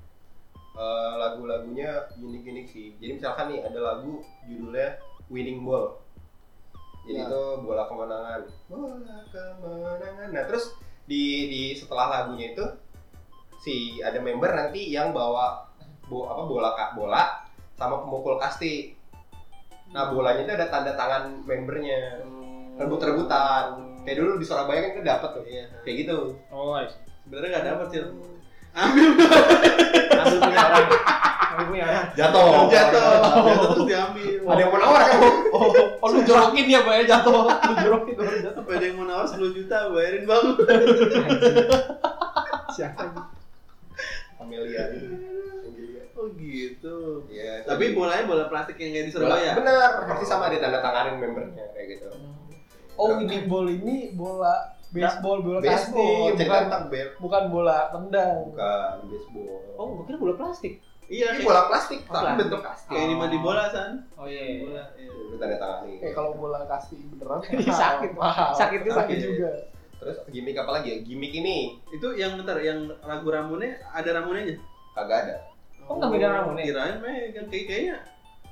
Speaker 3: eh, lagu-lagunya unik-unik sih jadi misalkan nih ada lagu judulnya Winning Ball
Speaker 1: Ya.
Speaker 3: jadi itu bola kemenangan bola kemenangan nah terus di di setelah lagunya itu si ada member nanti yang bawa bo, apa bola kak bola sama pemukul kasti nah bolanya itu ada tanda tangan membernya rebut-rebutan kayak dulu di Surabaya kan kita dapat tuh
Speaker 2: Iya.
Speaker 3: kayak gitu
Speaker 4: Oh,
Speaker 2: Sebenarnya nggak dapat sih.
Speaker 4: ambil punya orang. Ambil punya orang.
Speaker 3: jatuh
Speaker 2: jatuh, jatuh terus diambil.
Speaker 3: ada yang mau nawar kan
Speaker 1: oh oh lu jorokin ya pak ya jatuh lu jorokin orang jatuh
Speaker 2: Apa ada yang mau nawar 10 juta bayarin bang?
Speaker 4: Siapa?
Speaker 3: Amelia
Speaker 2: Oh gitu.
Speaker 3: Iya.
Speaker 2: Tapi bolanya bola plastik yang kayak di
Speaker 3: bola
Speaker 2: Surabaya.
Speaker 3: bener persis sama ada tanda tanganin membernya kayak gitu
Speaker 1: oh winning ball ini bola baseball bola
Speaker 3: Nah,
Speaker 1: kasti
Speaker 3: baseball cerita
Speaker 1: bukan
Speaker 3: tentang bel
Speaker 1: bukan bola tendang
Speaker 3: bukan baseball
Speaker 5: Oh, gue kira bola plastik.
Speaker 2: Iya.
Speaker 3: ini
Speaker 2: kayak-
Speaker 3: bola plastik tapi
Speaker 5: plastik.
Speaker 3: bentuk plastik
Speaker 2: Kayak ini mah di bola san.
Speaker 5: Oh iya.
Speaker 2: Bola. iya.
Speaker 3: Itu tanda tangani
Speaker 1: Eh kalau bola kasti beneran
Speaker 5: Iya, sakit.
Speaker 1: mahal.
Speaker 5: Sakit juga.
Speaker 1: sakit juga.
Speaker 3: terus gimmick apa lagi ya gimmick ini
Speaker 2: Itu yang bentar yang ragu ramune ada ramunenya?
Speaker 3: kagak ada
Speaker 5: Oh, nggak megang ramune?
Speaker 2: Kirain megang kayak kayaknya.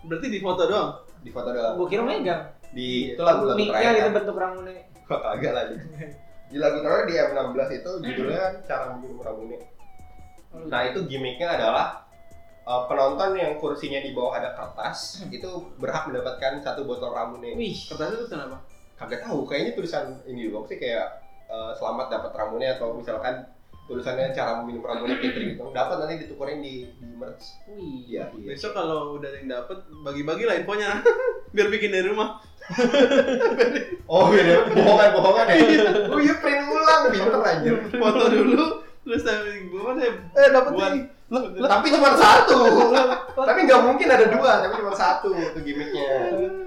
Speaker 2: Berarti di foto doang.
Speaker 3: di foto doang
Speaker 5: Gue kira megang.
Speaker 3: di itu lagu lagu
Speaker 5: Miknya gitu
Speaker 3: terakhir kan?
Speaker 5: bentuk ramunnya.
Speaker 3: kagak lagi di lagu terakhir di M16 itu judulnya kan cara membunuh ramune Nah itu gimmicknya adalah uh, penonton yang kursinya di bawah ada kertas itu berhak mendapatkan satu botol ramune.
Speaker 5: Wih.
Speaker 2: Kertasnya tuh kenapa?
Speaker 3: Kagak tahu, kayaknya tulisan ini juga sih kayak uh, selamat dapat ramune atau misalkan tulisannya cara minum ramune kayak gitu. Dapat nanti ditukerin di, di merch.
Speaker 5: Wih.
Speaker 3: Iya. iya.
Speaker 2: Besok kalau udah ada yang dapet bagi-bagi lah infonya. Biar bikin dari rumah.
Speaker 3: Oh iya, bohongan bohongan ya. oh iya print ulang pinter aja.
Speaker 2: Foto dulu. Terus saya gimana ya?
Speaker 3: Eh dapat
Speaker 2: Buat.
Speaker 3: nih. Tapi cuma satu. tapi nggak mungkin ada dua, tapi cuma satu itu gimmicknya.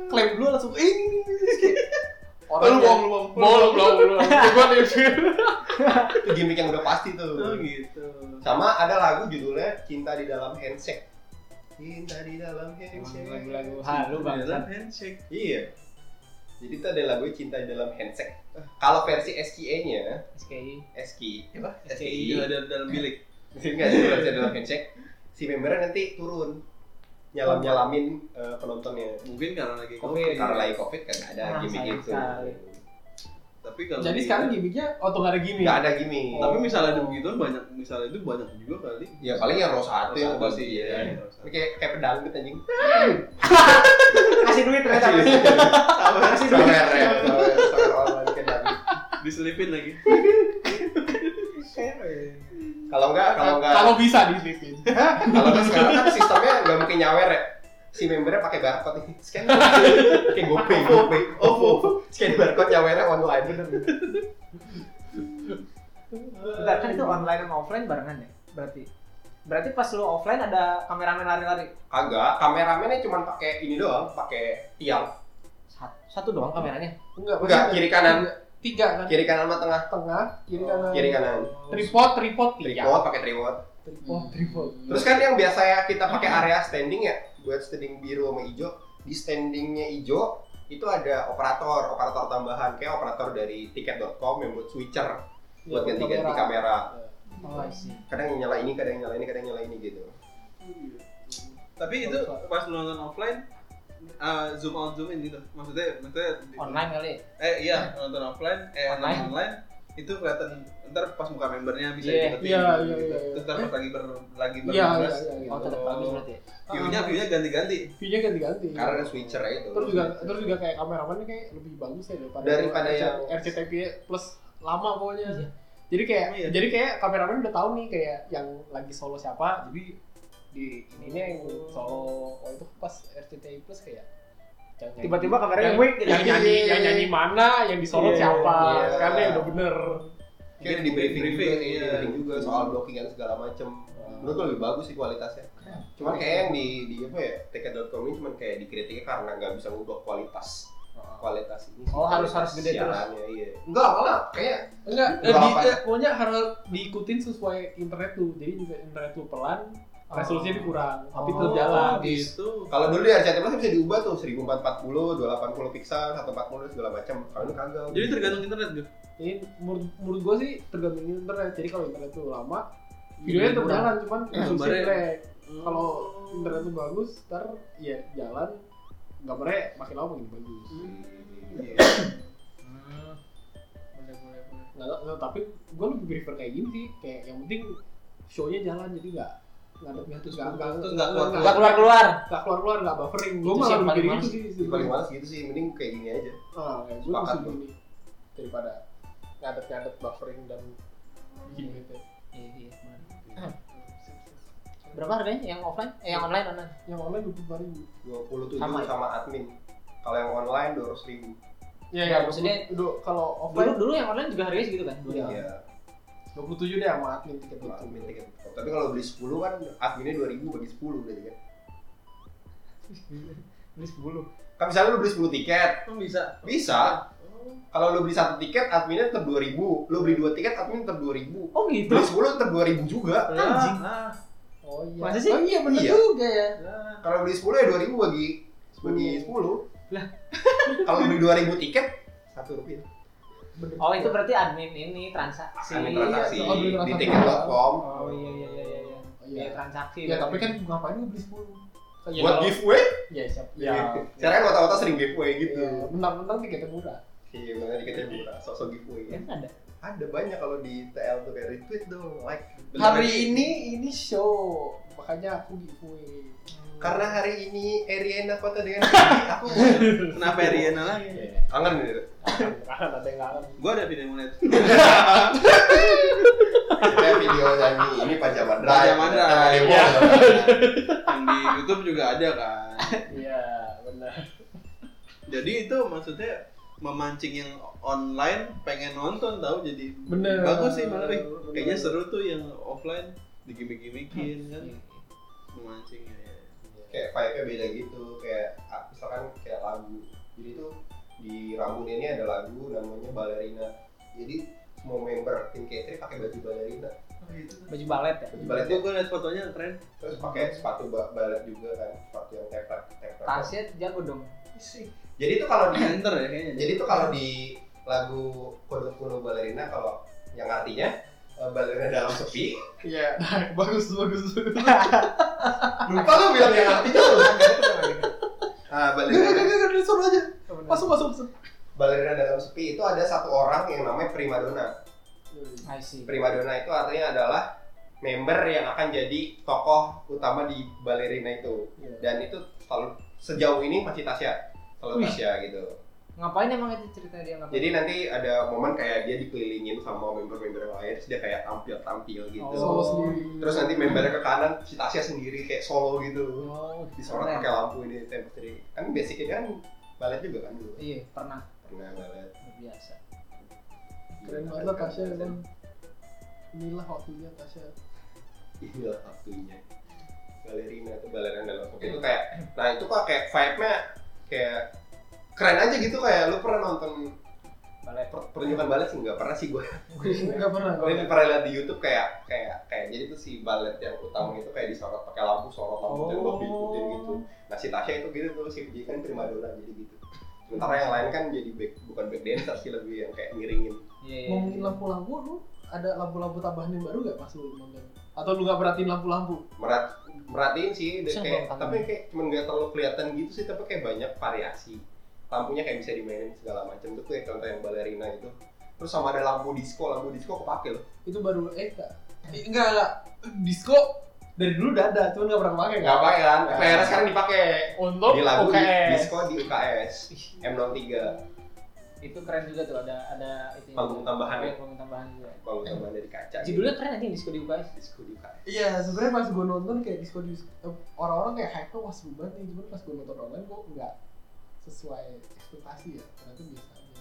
Speaker 1: Klaim dulu langsung eh ini, ini, ini.
Speaker 2: Lu
Speaker 1: Orang
Speaker 2: bohong,
Speaker 1: yang-
Speaker 2: lu bohong.
Speaker 1: Bolong, bolong, bolong. Gue nih.
Speaker 3: Itu gimmick yang udah pasti tuh.
Speaker 2: Oh gitu.
Speaker 3: sama ada lagu judulnya Cinta di dalam handshake Cinta di dalam handshake
Speaker 4: Emang lagu-lagu halu bang.
Speaker 2: Dalam handshake.
Speaker 3: iya jadi itu ada lagu Cinta di dalam handshake kalau versi SKE nya
Speaker 5: SKI.
Speaker 3: SKI apa
Speaker 5: SKI.
Speaker 2: Iya, dalam dalam bilik.
Speaker 3: enggak sih versi dalam handshake si membernya nanti turun nyalam nyalamin penontonnya
Speaker 2: Mungkin karena lagi
Speaker 4: Covid.
Speaker 2: covid.
Speaker 3: karena lagi covid kan ada
Speaker 5: Ah,
Speaker 3: gimmick
Speaker 5: sayang
Speaker 3: itu
Speaker 5: sekali.
Speaker 2: Tapi kalau
Speaker 1: Jadi
Speaker 2: di-
Speaker 1: sekarang gimmicknya oh tuh nggak ada gimmick.
Speaker 3: nggak ada gimmick
Speaker 2: Tapi misalnya ada begituan banyak misalnya itu banyak juga kali.
Speaker 3: ya paling yang Rosatu yang
Speaker 2: Rosatu
Speaker 3: pasti
Speaker 2: sih,
Speaker 3: ya
Speaker 2: iya.
Speaker 3: Ini kayak kayak pedangdut anjing
Speaker 5: Kasih duit ternyata.
Speaker 2: Sabar,
Speaker 3: sawer ya sawer sawer online kedang
Speaker 2: diselipin lagi.
Speaker 3: kalau enggak kalau enggak
Speaker 1: Eh, Kalau bisa diselipin.
Speaker 3: Kalau kan sekarang kan sistemnya nggak mungkin nyawer ya. Si membernya pakai barcode ini. Scan kayak GoPay, GoPay. Oh, scan barcode nyawernya online bener.
Speaker 5: Bentar, kan itu online sama offline barengan ya? Berarti. Berarti pas lu offline ada kameramen lari-lari.
Speaker 3: Agak kameramennya cuma pakai ini doang, pakai tiang.
Speaker 5: Satu, satu doang kameranya.
Speaker 1: Enggak,
Speaker 3: Enggak,
Speaker 1: maksudnya
Speaker 3: kiri kanan.
Speaker 1: Tiga kan.
Speaker 3: Kiri kanan sama tengah.
Speaker 1: Tengah, kiri kanan.
Speaker 3: Kiri kanan.
Speaker 1: Tripod, tripod tiga.
Speaker 3: Tripod pakai tripod.
Speaker 1: Tri- Oh, triple.
Speaker 3: Terus kan yang biasanya kita pakai area standing ya, buat standing biru sama hijau, di standingnya hijau itu ada operator, operator tambahan kayak operator dari tiket.com yang buat switcher buat
Speaker 1: Ya,
Speaker 3: ganti-ganti kamera.
Speaker 5: Oh, I see.
Speaker 3: Kadang yang nyala ini, kadang yang nyala ini, kadang yang nyala ini gitu.
Speaker 2: Tapi itu pas lu nonton offline eh, zoom out zoom in gitu. Maksudnya maksudnya di-
Speaker 5: Online kali.
Speaker 2: Eh iya, nonton offline, eh nonton
Speaker 5: Online.
Speaker 2: online, itu kelihatan ntar pas muka membernya bisa
Speaker 5: Iya.
Speaker 2: diikutin
Speaker 1: Iya,
Speaker 2: gitu.
Speaker 1: iya, iya, iya.
Speaker 2: Terus ntar pas lagi ber lagi
Speaker 1: Iya,
Speaker 2: berproses,
Speaker 1: iya, iya, iya.
Speaker 5: Oh, tetap bagus berarti.
Speaker 2: view-nya view-nya ganti-ganti.
Speaker 1: View-nya ganti-ganti.
Speaker 3: Karena ada switcher ya
Speaker 1: Iya.
Speaker 3: itu.
Speaker 1: Terus juga terus juga kayak kameramannya kayak lebih bagus ya daripada
Speaker 3: Daripada
Speaker 1: RCT
Speaker 3: yang-
Speaker 1: RCTP plus lama pokoknya.
Speaker 5: Iya.
Speaker 1: Jadi kayak
Speaker 2: Iya.
Speaker 1: jadi kayak kameramen udah tahu nih kayak yang lagi solo siapa. Jadi di ininya yang solo oh itu pas RCTI plus kayak yang nyanyi-
Speaker 5: Tiba-tiba kameranya
Speaker 1: yang,
Speaker 5: wig gitu.
Speaker 1: yang nyanyi yang nyanyi mana yang di solo
Speaker 5: Iya.
Speaker 1: siapa
Speaker 3: Iya.
Speaker 1: karena udah bener
Speaker 3: Kayak di briefing,
Speaker 2: Briefing,
Speaker 3: juga,
Speaker 2: iya.
Speaker 3: di briefing juga soal blocking dan segala macam. Menurut gue lebih bagus sih kualitasnya. Cuman kayak yang di di apa ya tiket.com ini cuman kayak dikritiknya karena nggak bisa ngubah kualitas kualitas ini. sih,
Speaker 5: Oh, harus-
Speaker 3: kualitas
Speaker 5: harus gede terus.
Speaker 3: siarannya, Iya. Enggak malah kayak
Speaker 1: enggak
Speaker 3: eh, di- eh,
Speaker 1: pokoknya harus diikutin sesuai internet tuh jadi juga internet tuh pelan resolusinya dikurang tapi tetap
Speaker 5: Oh,
Speaker 1: jalan
Speaker 2: gitu.
Speaker 3: kalau dulu di RCTI Plus bisa diubah tuh 1440, 280 pixel, 140 segala macam. Kalau ini kagak.
Speaker 2: Jadi tergantung internet gitu.
Speaker 1: Jadi menurut, menurut gue sih tergantung internet. Jadi kalau internet tuh lama,
Speaker 5: Iya,
Speaker 1: videonya tetap jalan, cuman resolusinya
Speaker 2: gambarnya-
Speaker 1: jelek. Kalau internet tuh bagus, ntar ya jalan gambarnya makin lama makin bagus.
Speaker 3: Iya.
Speaker 5: Hmm. Boleh, boleh, boleh.
Speaker 1: Nggak, tau- nggak, tapi gue lebih prefer kayak gini sih. Kayak yang penting show-nya jalan, jadi nggak nggak ada nggak
Speaker 2: Terus
Speaker 1: nggak nggak
Speaker 2: terus nggak keluar-
Speaker 5: Nggak keluar-keluar.
Speaker 1: nggak keluar keluar nggak buffering. Gue
Speaker 5: Itu sih
Speaker 1: malah
Speaker 5: yang
Speaker 1: lebih
Speaker 5: paling
Speaker 1: kayak
Speaker 5: males.
Speaker 1: gitu sih.
Speaker 3: Di paling males gitu sih, mending kayak gini aja.
Speaker 1: Ah, kayak gue
Speaker 3: Sepakat
Speaker 1: masih
Speaker 3: gua.
Speaker 1: gini daripada ngadep ngadep buffering dan bikin bete.
Speaker 5: Iya, iya. benar. Berapa harganya yang offline? Eh, yang online online.
Speaker 1: Yang online dua puluh ribu.
Speaker 3: 27
Speaker 5: Sama
Speaker 3: sama,
Speaker 5: ya?
Speaker 3: admin. Kalau yang online 200 ribu.
Speaker 1: Ya,
Speaker 5: ya, maksudnya-
Speaker 1: udah kalau
Speaker 5: Dulu
Speaker 1: offline
Speaker 5: dulu yang online juga harganya segitu kan?
Speaker 1: Iya.
Speaker 3: Iya.
Speaker 1: 27 deh sama admin tiket itu.
Speaker 3: sama Iya, admin tiket. Tapi kalau beli 10 kan adminnya 2000 bagi 10 berarti kan.
Speaker 5: Beli 10.
Speaker 3: Kan misalnya lu beli 10 tiket,
Speaker 2: Emang bisa.
Speaker 3: bisa. Kalau lu beli satu tiket adminnya tetap 2000, lu beli dua tiket admin tetap 2000.
Speaker 5: Oh gitu.
Speaker 3: Beli 10 tetap 2000 juga.
Speaker 5: Anjing.
Speaker 2: Ah,
Speaker 1: Oh iya.
Speaker 5: Masa sih?
Speaker 1: Oh iya bener
Speaker 3: Iya.
Speaker 1: juga ya.
Speaker 2: ah.
Speaker 3: Kalau beli 10 ya 2000 bagi bagi 10.
Speaker 5: Lah.
Speaker 3: Kalau beli 2000 tiket satu rupiah.
Speaker 1: Bener
Speaker 5: Oh itu
Speaker 1: juga.
Speaker 5: berarti admin ini transaksi.
Speaker 3: Admin transaksi
Speaker 1: iya, iya.
Speaker 3: di tiket.com
Speaker 5: Oh iya iya iya iya. iya.
Speaker 1: Oh, iya.
Speaker 5: Iya, transaksi.
Speaker 1: Ya
Speaker 4: gitu.
Speaker 1: tapi
Speaker 5: berarti.
Speaker 1: kan ngapain lu beli 10? Ya,
Speaker 3: buat
Speaker 1: kalau-
Speaker 3: giveaway.
Speaker 1: Ya siap.
Speaker 3: Iya.
Speaker 1: Ya.
Speaker 3: Sekarang kota-kota sering giveaway gitu.
Speaker 1: Gitu. Mentang-mentang tiketnya murah.
Speaker 3: Iya, makanya diketnya murah, sosok giveaway.
Speaker 4: Iya, kan
Speaker 5: Ya, ada.
Speaker 3: Ada banyak kalau di TL tuh kayak retweet dong, like.
Speaker 1: Hari ini ini show. Makanya aku giveaway.
Speaker 3: karena hari ini Ariana foto dengan Vicky, aku
Speaker 2: Kenapa ya, Riana lagi?
Speaker 3: kangen nih.
Speaker 1: Karena ada yang ngarep.
Speaker 2: Gua ada video mulai.
Speaker 3: Kayak video nyanyi ini Pajaman Drive.
Speaker 2: Pajaman Drive.
Speaker 3: Iya.
Speaker 2: Yang di YouTube juga ada kan.
Speaker 1: Iya, benar.
Speaker 2: Jadi itu maksudnya memancing yang online pengen nonton tahu jadi
Speaker 1: Bener.
Speaker 2: bagus sih malah Ri.
Speaker 1: Bener.
Speaker 2: kayaknya seru tuh yang offline digimik-gimikin kan memancing ya, ya.
Speaker 3: Kayak vibe-nya beda gitu, kayak ah, misalkan kayak lagu. Jadi tuh di Rambun ini ada lagu namanya Ballerina. Jadi semua member tim K3 pakai baju ballerina,
Speaker 5: Baju balet ya.
Speaker 3: baju
Speaker 2: Gua
Speaker 3: balet tuh,
Speaker 2: gua liat fotonya keren.
Speaker 3: terus pakai sepatu ba- balet juga kan, sepatu yang tepet tepet.
Speaker 5: Tasnya jago dong.
Speaker 3: Jadi tuh kalau di
Speaker 2: Enter ya kayaknya.
Speaker 3: Jadi itu kalau di lagu Kodo Kuno Balerina kalau yang artinya eh, balerina dalam sepi.
Speaker 1: Iya. Bagus, bagus. bagus.
Speaker 3: Lupa lu bilang yang artinya lu. Nah,
Speaker 1: Gak,
Speaker 3: balerina,
Speaker 1: gak, gak, gak, suruh aja. Masuk, masuk, masuk.
Speaker 3: balerina dalam sepi itu ada satu orang yang namanya primadona.
Speaker 5: I see.
Speaker 3: Primadona itu artinya adalah member yang akan jadi tokoh utama di balerina itu.
Speaker 1: Iya.
Speaker 3: Dan itu selalu sejauh ini masih Tasya, selalu
Speaker 5: Wih.
Speaker 3: Tasya gitu.
Speaker 5: Ngapain emang itu cerita dia ngapain?
Speaker 3: Jadi nanti ada momen kayak dia dikelilingin sama member-member yang lain, terus dia kayak tampil-tampil gitu.
Speaker 5: Oh.
Speaker 1: Solo sendiri.
Speaker 3: Terus nanti membernya ke kanan, si Tasya sendiri kayak solo gitu.
Speaker 5: Oh,
Speaker 3: Disorot
Speaker 5: keren.
Speaker 3: pakai lampu ini tembak sendiri. Kan basicnya kan balet juga kan dulu.
Speaker 5: Iya, pernah
Speaker 3: Pernah balet.
Speaker 5: luar biasa.
Speaker 1: Keren banget lah Tasya emang. Inilah waktunya Tasya.
Speaker 3: Inilah waktunya. Iya, Balerina itu balerina dalam waktu itu kayak nah itu kok kayak vibe-nya kayak keren aja gitu kayak lu pernah nonton
Speaker 4: Ballet.
Speaker 3: Per- pertunjukan balet sih nggak pernah sih gue
Speaker 1: Enggak pernah.
Speaker 3: Tapi pernah lihat di YouTube kayak kayak kayak jadi tuh si balet yang utama itu kayak disorot pakai lampu sorot lampu dan gue diikutin gitu. Nah si Tasya itu gitu terus si Puji kan prima donna jadi gitu. Sementara yang lain kan jadi back bukan back dancer sih lebih yang kayak ngiringin.
Speaker 4: Iya, iya.
Speaker 1: Ngomongin lampu-lampu lu ada lampu-lampu tambahan yang baru gak pas lu nonton? Atau lu gak perhatiin lampu-lampu?
Speaker 3: Merat merhatiin sih dan
Speaker 5: Siapa
Speaker 3: kayak
Speaker 5: tangan?
Speaker 3: tapi kayak cuman nggak terlalu kelihatan gitu sih tapi kayak banyak variasi. Lampunya kayak bisa dimainin segala macam tuh kayak contoh yang balerina itu. Terus sama ada lampu disco, lampu disco kepake loh.
Speaker 1: Itu baru eh enggak. Eh, Enggak enggak. Disco dari dulu udah ada, cuman gak pernah pakai
Speaker 3: Nggak
Speaker 1: kan.
Speaker 3: apa kan? Akhirnya sekarang dipakai
Speaker 1: Untuk E.
Speaker 3: di lagu di,
Speaker 1: UKS.
Speaker 3: disco di UKS M03.
Speaker 4: Itu keren juga tuh ada ada itu. Oh,
Speaker 3: Panggung tambahan ya?
Speaker 4: Panggung tambahan juga.
Speaker 3: kalau gambar dari kaca
Speaker 4: Judulnya keren aja Disco di UKS.
Speaker 3: disku di kaca
Speaker 1: Iya, sebenarnya pas gue nonton kayak disco di eh, orang-orang kayak hype nya wah seru banget nih, cuman pas gue nonton online gue nggak sesuai ekspektasi ya, ternyata biasa aja.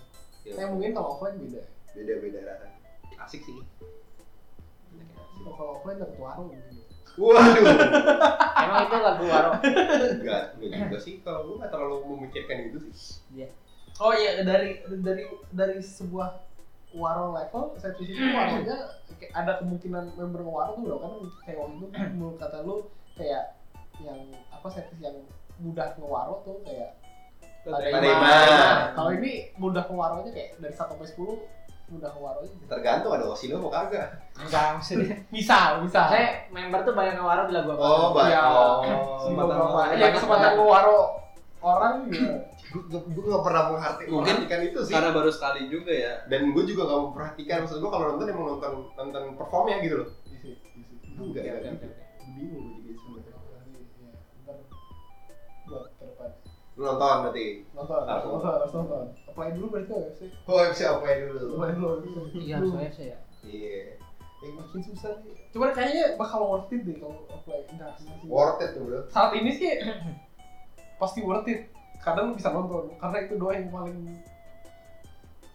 Speaker 3: Ya,
Speaker 1: Kayak mungkin kalau offline beda. ya.
Speaker 3: beda beda rasanya asik sih
Speaker 1: Kalau kalau offline dapet warung gitu.
Speaker 3: waduh
Speaker 4: Emang itu lagu warung.
Speaker 3: enggak enggak juga sih kalau gue nggak terlalu memikirkan itu sih
Speaker 1: Oh iya dari dari dari sebuah warung level saya pikir
Speaker 4: Hmm.
Speaker 1: itu warungnya kayak ada kemungkinan member warung tuh loh kan kayak waktu itu
Speaker 4: Hmm.
Speaker 1: menurut kata lu kayak yang apa setis yang mudah ngewarung tuh kayak
Speaker 3: Tadema.
Speaker 1: Kalau ini mudah ngewaronya kayak dari 1 sampai 10 mudah ngewaronya.
Speaker 3: tergantung ada osilo mau kagak
Speaker 4: Enggak maksudnya.
Speaker 1: Misal, misal.
Speaker 4: Saya member tuh banyak ngewarung di lagu apa?
Speaker 3: oh baik
Speaker 1: Iya.
Speaker 3: oh
Speaker 1: kesempatan
Speaker 3: kesempatan-
Speaker 1: ya kesempatan
Speaker 4: Iya.
Speaker 1: ngewaro orang ya.
Speaker 3: gue gue nggak pernah mengerti
Speaker 2: Mungkin
Speaker 3: memperhatikan itu sih
Speaker 2: Karena baru sekali juga ya.
Speaker 3: dan gue juga nggak memperhatikan maksud gue kalau nonton emang nonton nonton performnya gitu loh
Speaker 1: Isi, isi.
Speaker 3: enggak
Speaker 2: Iya,
Speaker 4: Oke, oke,
Speaker 3: enggak
Speaker 4: oke,
Speaker 3: gitu.
Speaker 4: oke.
Speaker 3: bingung gue juga sebenarnya
Speaker 1: Ya, ntar buat ke depan.
Speaker 3: Lu nonton berarti
Speaker 1: Nonton,
Speaker 3: Harus
Speaker 1: nonton, harus nonton. Apply dulu berarti ke sih.
Speaker 3: oh siapa dulu
Speaker 1: Apply dulu.
Speaker 4: Iya, soalnya saya.
Speaker 3: iya
Speaker 1: Eh, makin susah nih. Cuman kayaknya bakal worth it deh kalau apply internasional sih.
Speaker 3: worth it tuh bro
Speaker 1: Saat ini sih pasti worth it. Kadang bisa nonton karena itu doa yang paling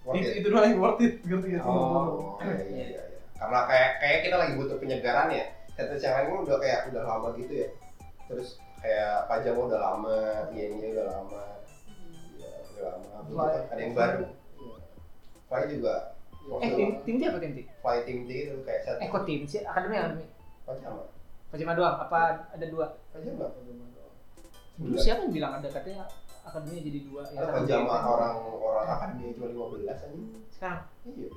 Speaker 3: worth
Speaker 1: itu,
Speaker 3: it
Speaker 1: itu doang yang worth it ngerti gak sih
Speaker 3: Oh, iya, iya, iya. Karena kayak kayak kita lagi butuh penyegaran ya. Satu yang lain kan udah kayak udah lama gitu ya. Terus kayak pajak udah lama, Yenya udah lama, ya, udah lama. Butuh kan ada yang baru. Fly juga.
Speaker 4: Eh,
Speaker 3: Iya.
Speaker 4: tim tim T apa tim T?
Speaker 3: Fly tim D itu kayak satu.
Speaker 4: Eh, kok tim sih? Akademi akademi.
Speaker 3: Pajak mah.
Speaker 4: Pajama doang apa ada dua?
Speaker 3: Pajak mah.
Speaker 1: Iya.
Speaker 3: Iya.
Speaker 4: Dulu siapa yang bilang ada katanya akademinya jadi dua Ya,
Speaker 3: Ada
Speaker 4: tapi-
Speaker 3: pajak mah orang orang akan dia cuma lima belas aja.
Speaker 4: Sekarang
Speaker 3: Iya.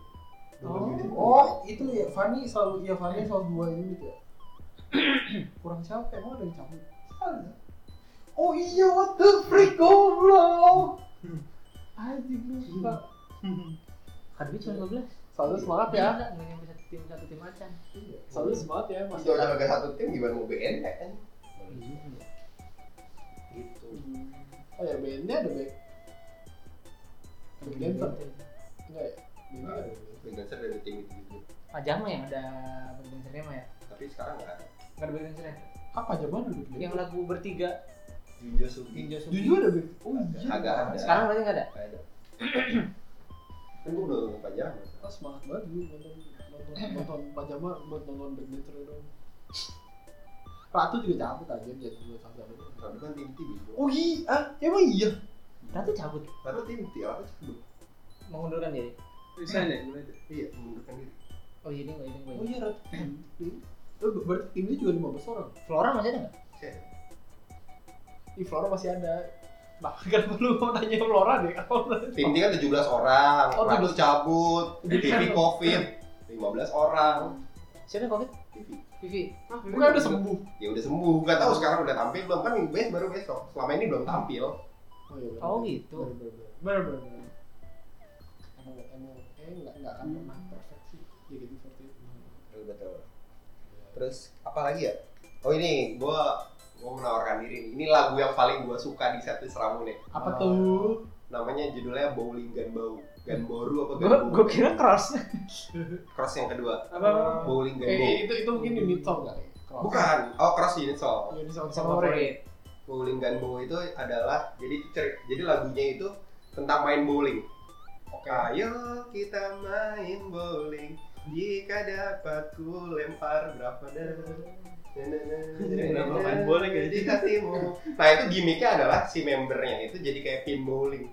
Speaker 1: Oh, oh, itu ya Fani selalu ya Fani selalu dua unit ya. Kurang siapa ya? emang ada yang cabut? Salah. Oh iya what the freak goblok. Anjing lupa.
Speaker 4: akademi cuma 12.
Speaker 1: Selalu semangat ya.
Speaker 4: Enggak enggak nyampe satu tim satu tim acan.
Speaker 1: Selalu semangat ya Mas.
Speaker 3: Masih Iya, udah kagak satu tim gimana mau BN kan?
Speaker 1: Iya.
Speaker 3: Gitu.
Speaker 1: Oh ya bandnya ada band. Band dancer. Enggak ya. Bandnya ada band.
Speaker 3: Freelancer dari tim itu juga.
Speaker 4: Pajama Ah, yang ada berdansernya mah ya.
Speaker 3: Tapi sekarang nggak ada.
Speaker 4: Enggak ada berdansernya.
Speaker 1: Apa aja mana ada band?
Speaker 4: ya? Yang lagu bertiga
Speaker 3: Junjo Sugi.
Speaker 4: Ninja Sugi.
Speaker 1: Jujur ada band. Oh iya.
Speaker 3: Agak ada.
Speaker 4: Sekarang berarti enggak ada.
Speaker 3: Agak ada. Kan gua udah nonton panjang.
Speaker 1: Ah, semangat banget gue nonton nonton nonton pajama buat nonton band dancer doang. Ratu juga cabut aja dia juga cabut aja.
Speaker 3: Tapi kan tim tim itu.
Speaker 1: Oh iya, ah, emang iya.
Speaker 4: Ratu cabut
Speaker 3: Lalu tim tim apa sih? Belum.
Speaker 4: mengundurkan diri.
Speaker 2: Resign ya?
Speaker 3: Iya, mundurkan diri.
Speaker 4: Oh iya enggak ini
Speaker 1: Oh
Speaker 4: enggak.
Speaker 1: iya, Ratu. Oh, berarti timnya juga 15 orang.
Speaker 4: Flora masih ada enggak?
Speaker 3: Saya.
Speaker 1: Di Flora masih ada. Nah, kan perlu mau nanya Flora deh. Oh, Kalau
Speaker 3: Tim tim kan 17 orang.
Speaker 1: Oh,
Speaker 3: Lalu
Speaker 1: 17.
Speaker 3: cabut. TV Covid. 15 orang.
Speaker 4: Siapa yang Covid?
Speaker 3: TV.
Speaker 4: Ah, Vivi.
Speaker 1: bukan udah sembuh.
Speaker 3: Ya udah sembuh. Gak tahu sekarang udah tampil belum kan minggu besok baru besok. Selama ini belum tampil.
Speaker 1: Oh iya.
Speaker 4: Oh gitu.
Speaker 1: Benar benar. Emang emang eh enggak enggak akan pernah perfect sih. Jadi seperti itu.
Speaker 3: Iya, Betul. Terus apa lagi ya? Oh ini gua gua menawarkan diri nih. Ini lagu yang paling gua suka di setlist Ramune.
Speaker 1: Apa
Speaker 3: Ah.
Speaker 1: tuh?
Speaker 3: namanya judulnya Bowling Ganbau Ganboru apa
Speaker 4: Gue
Speaker 3: Ganboru
Speaker 4: gue kira cross.
Speaker 3: Cross yang kedua
Speaker 1: Apa?
Speaker 3: Bowling Ganbau
Speaker 1: Eh, itu itu mungkin unit song kali. Kalau-
Speaker 3: bukan oh Cross unit song
Speaker 1: Unit song
Speaker 4: Sama
Speaker 1: Iya, favorit.
Speaker 4: favorit.
Speaker 3: Bowling Ganbau itu adalah jadi cer- jadi lagunya itu tentang main bowling
Speaker 1: Oke.
Speaker 3: ayo kita main bowling jika dapat ku lempar berapa dana
Speaker 2: Kenapa main bowling ya?
Speaker 3: di hatimu nah itu gimmicknya adalah si membernya itu jadi kayak pin bowling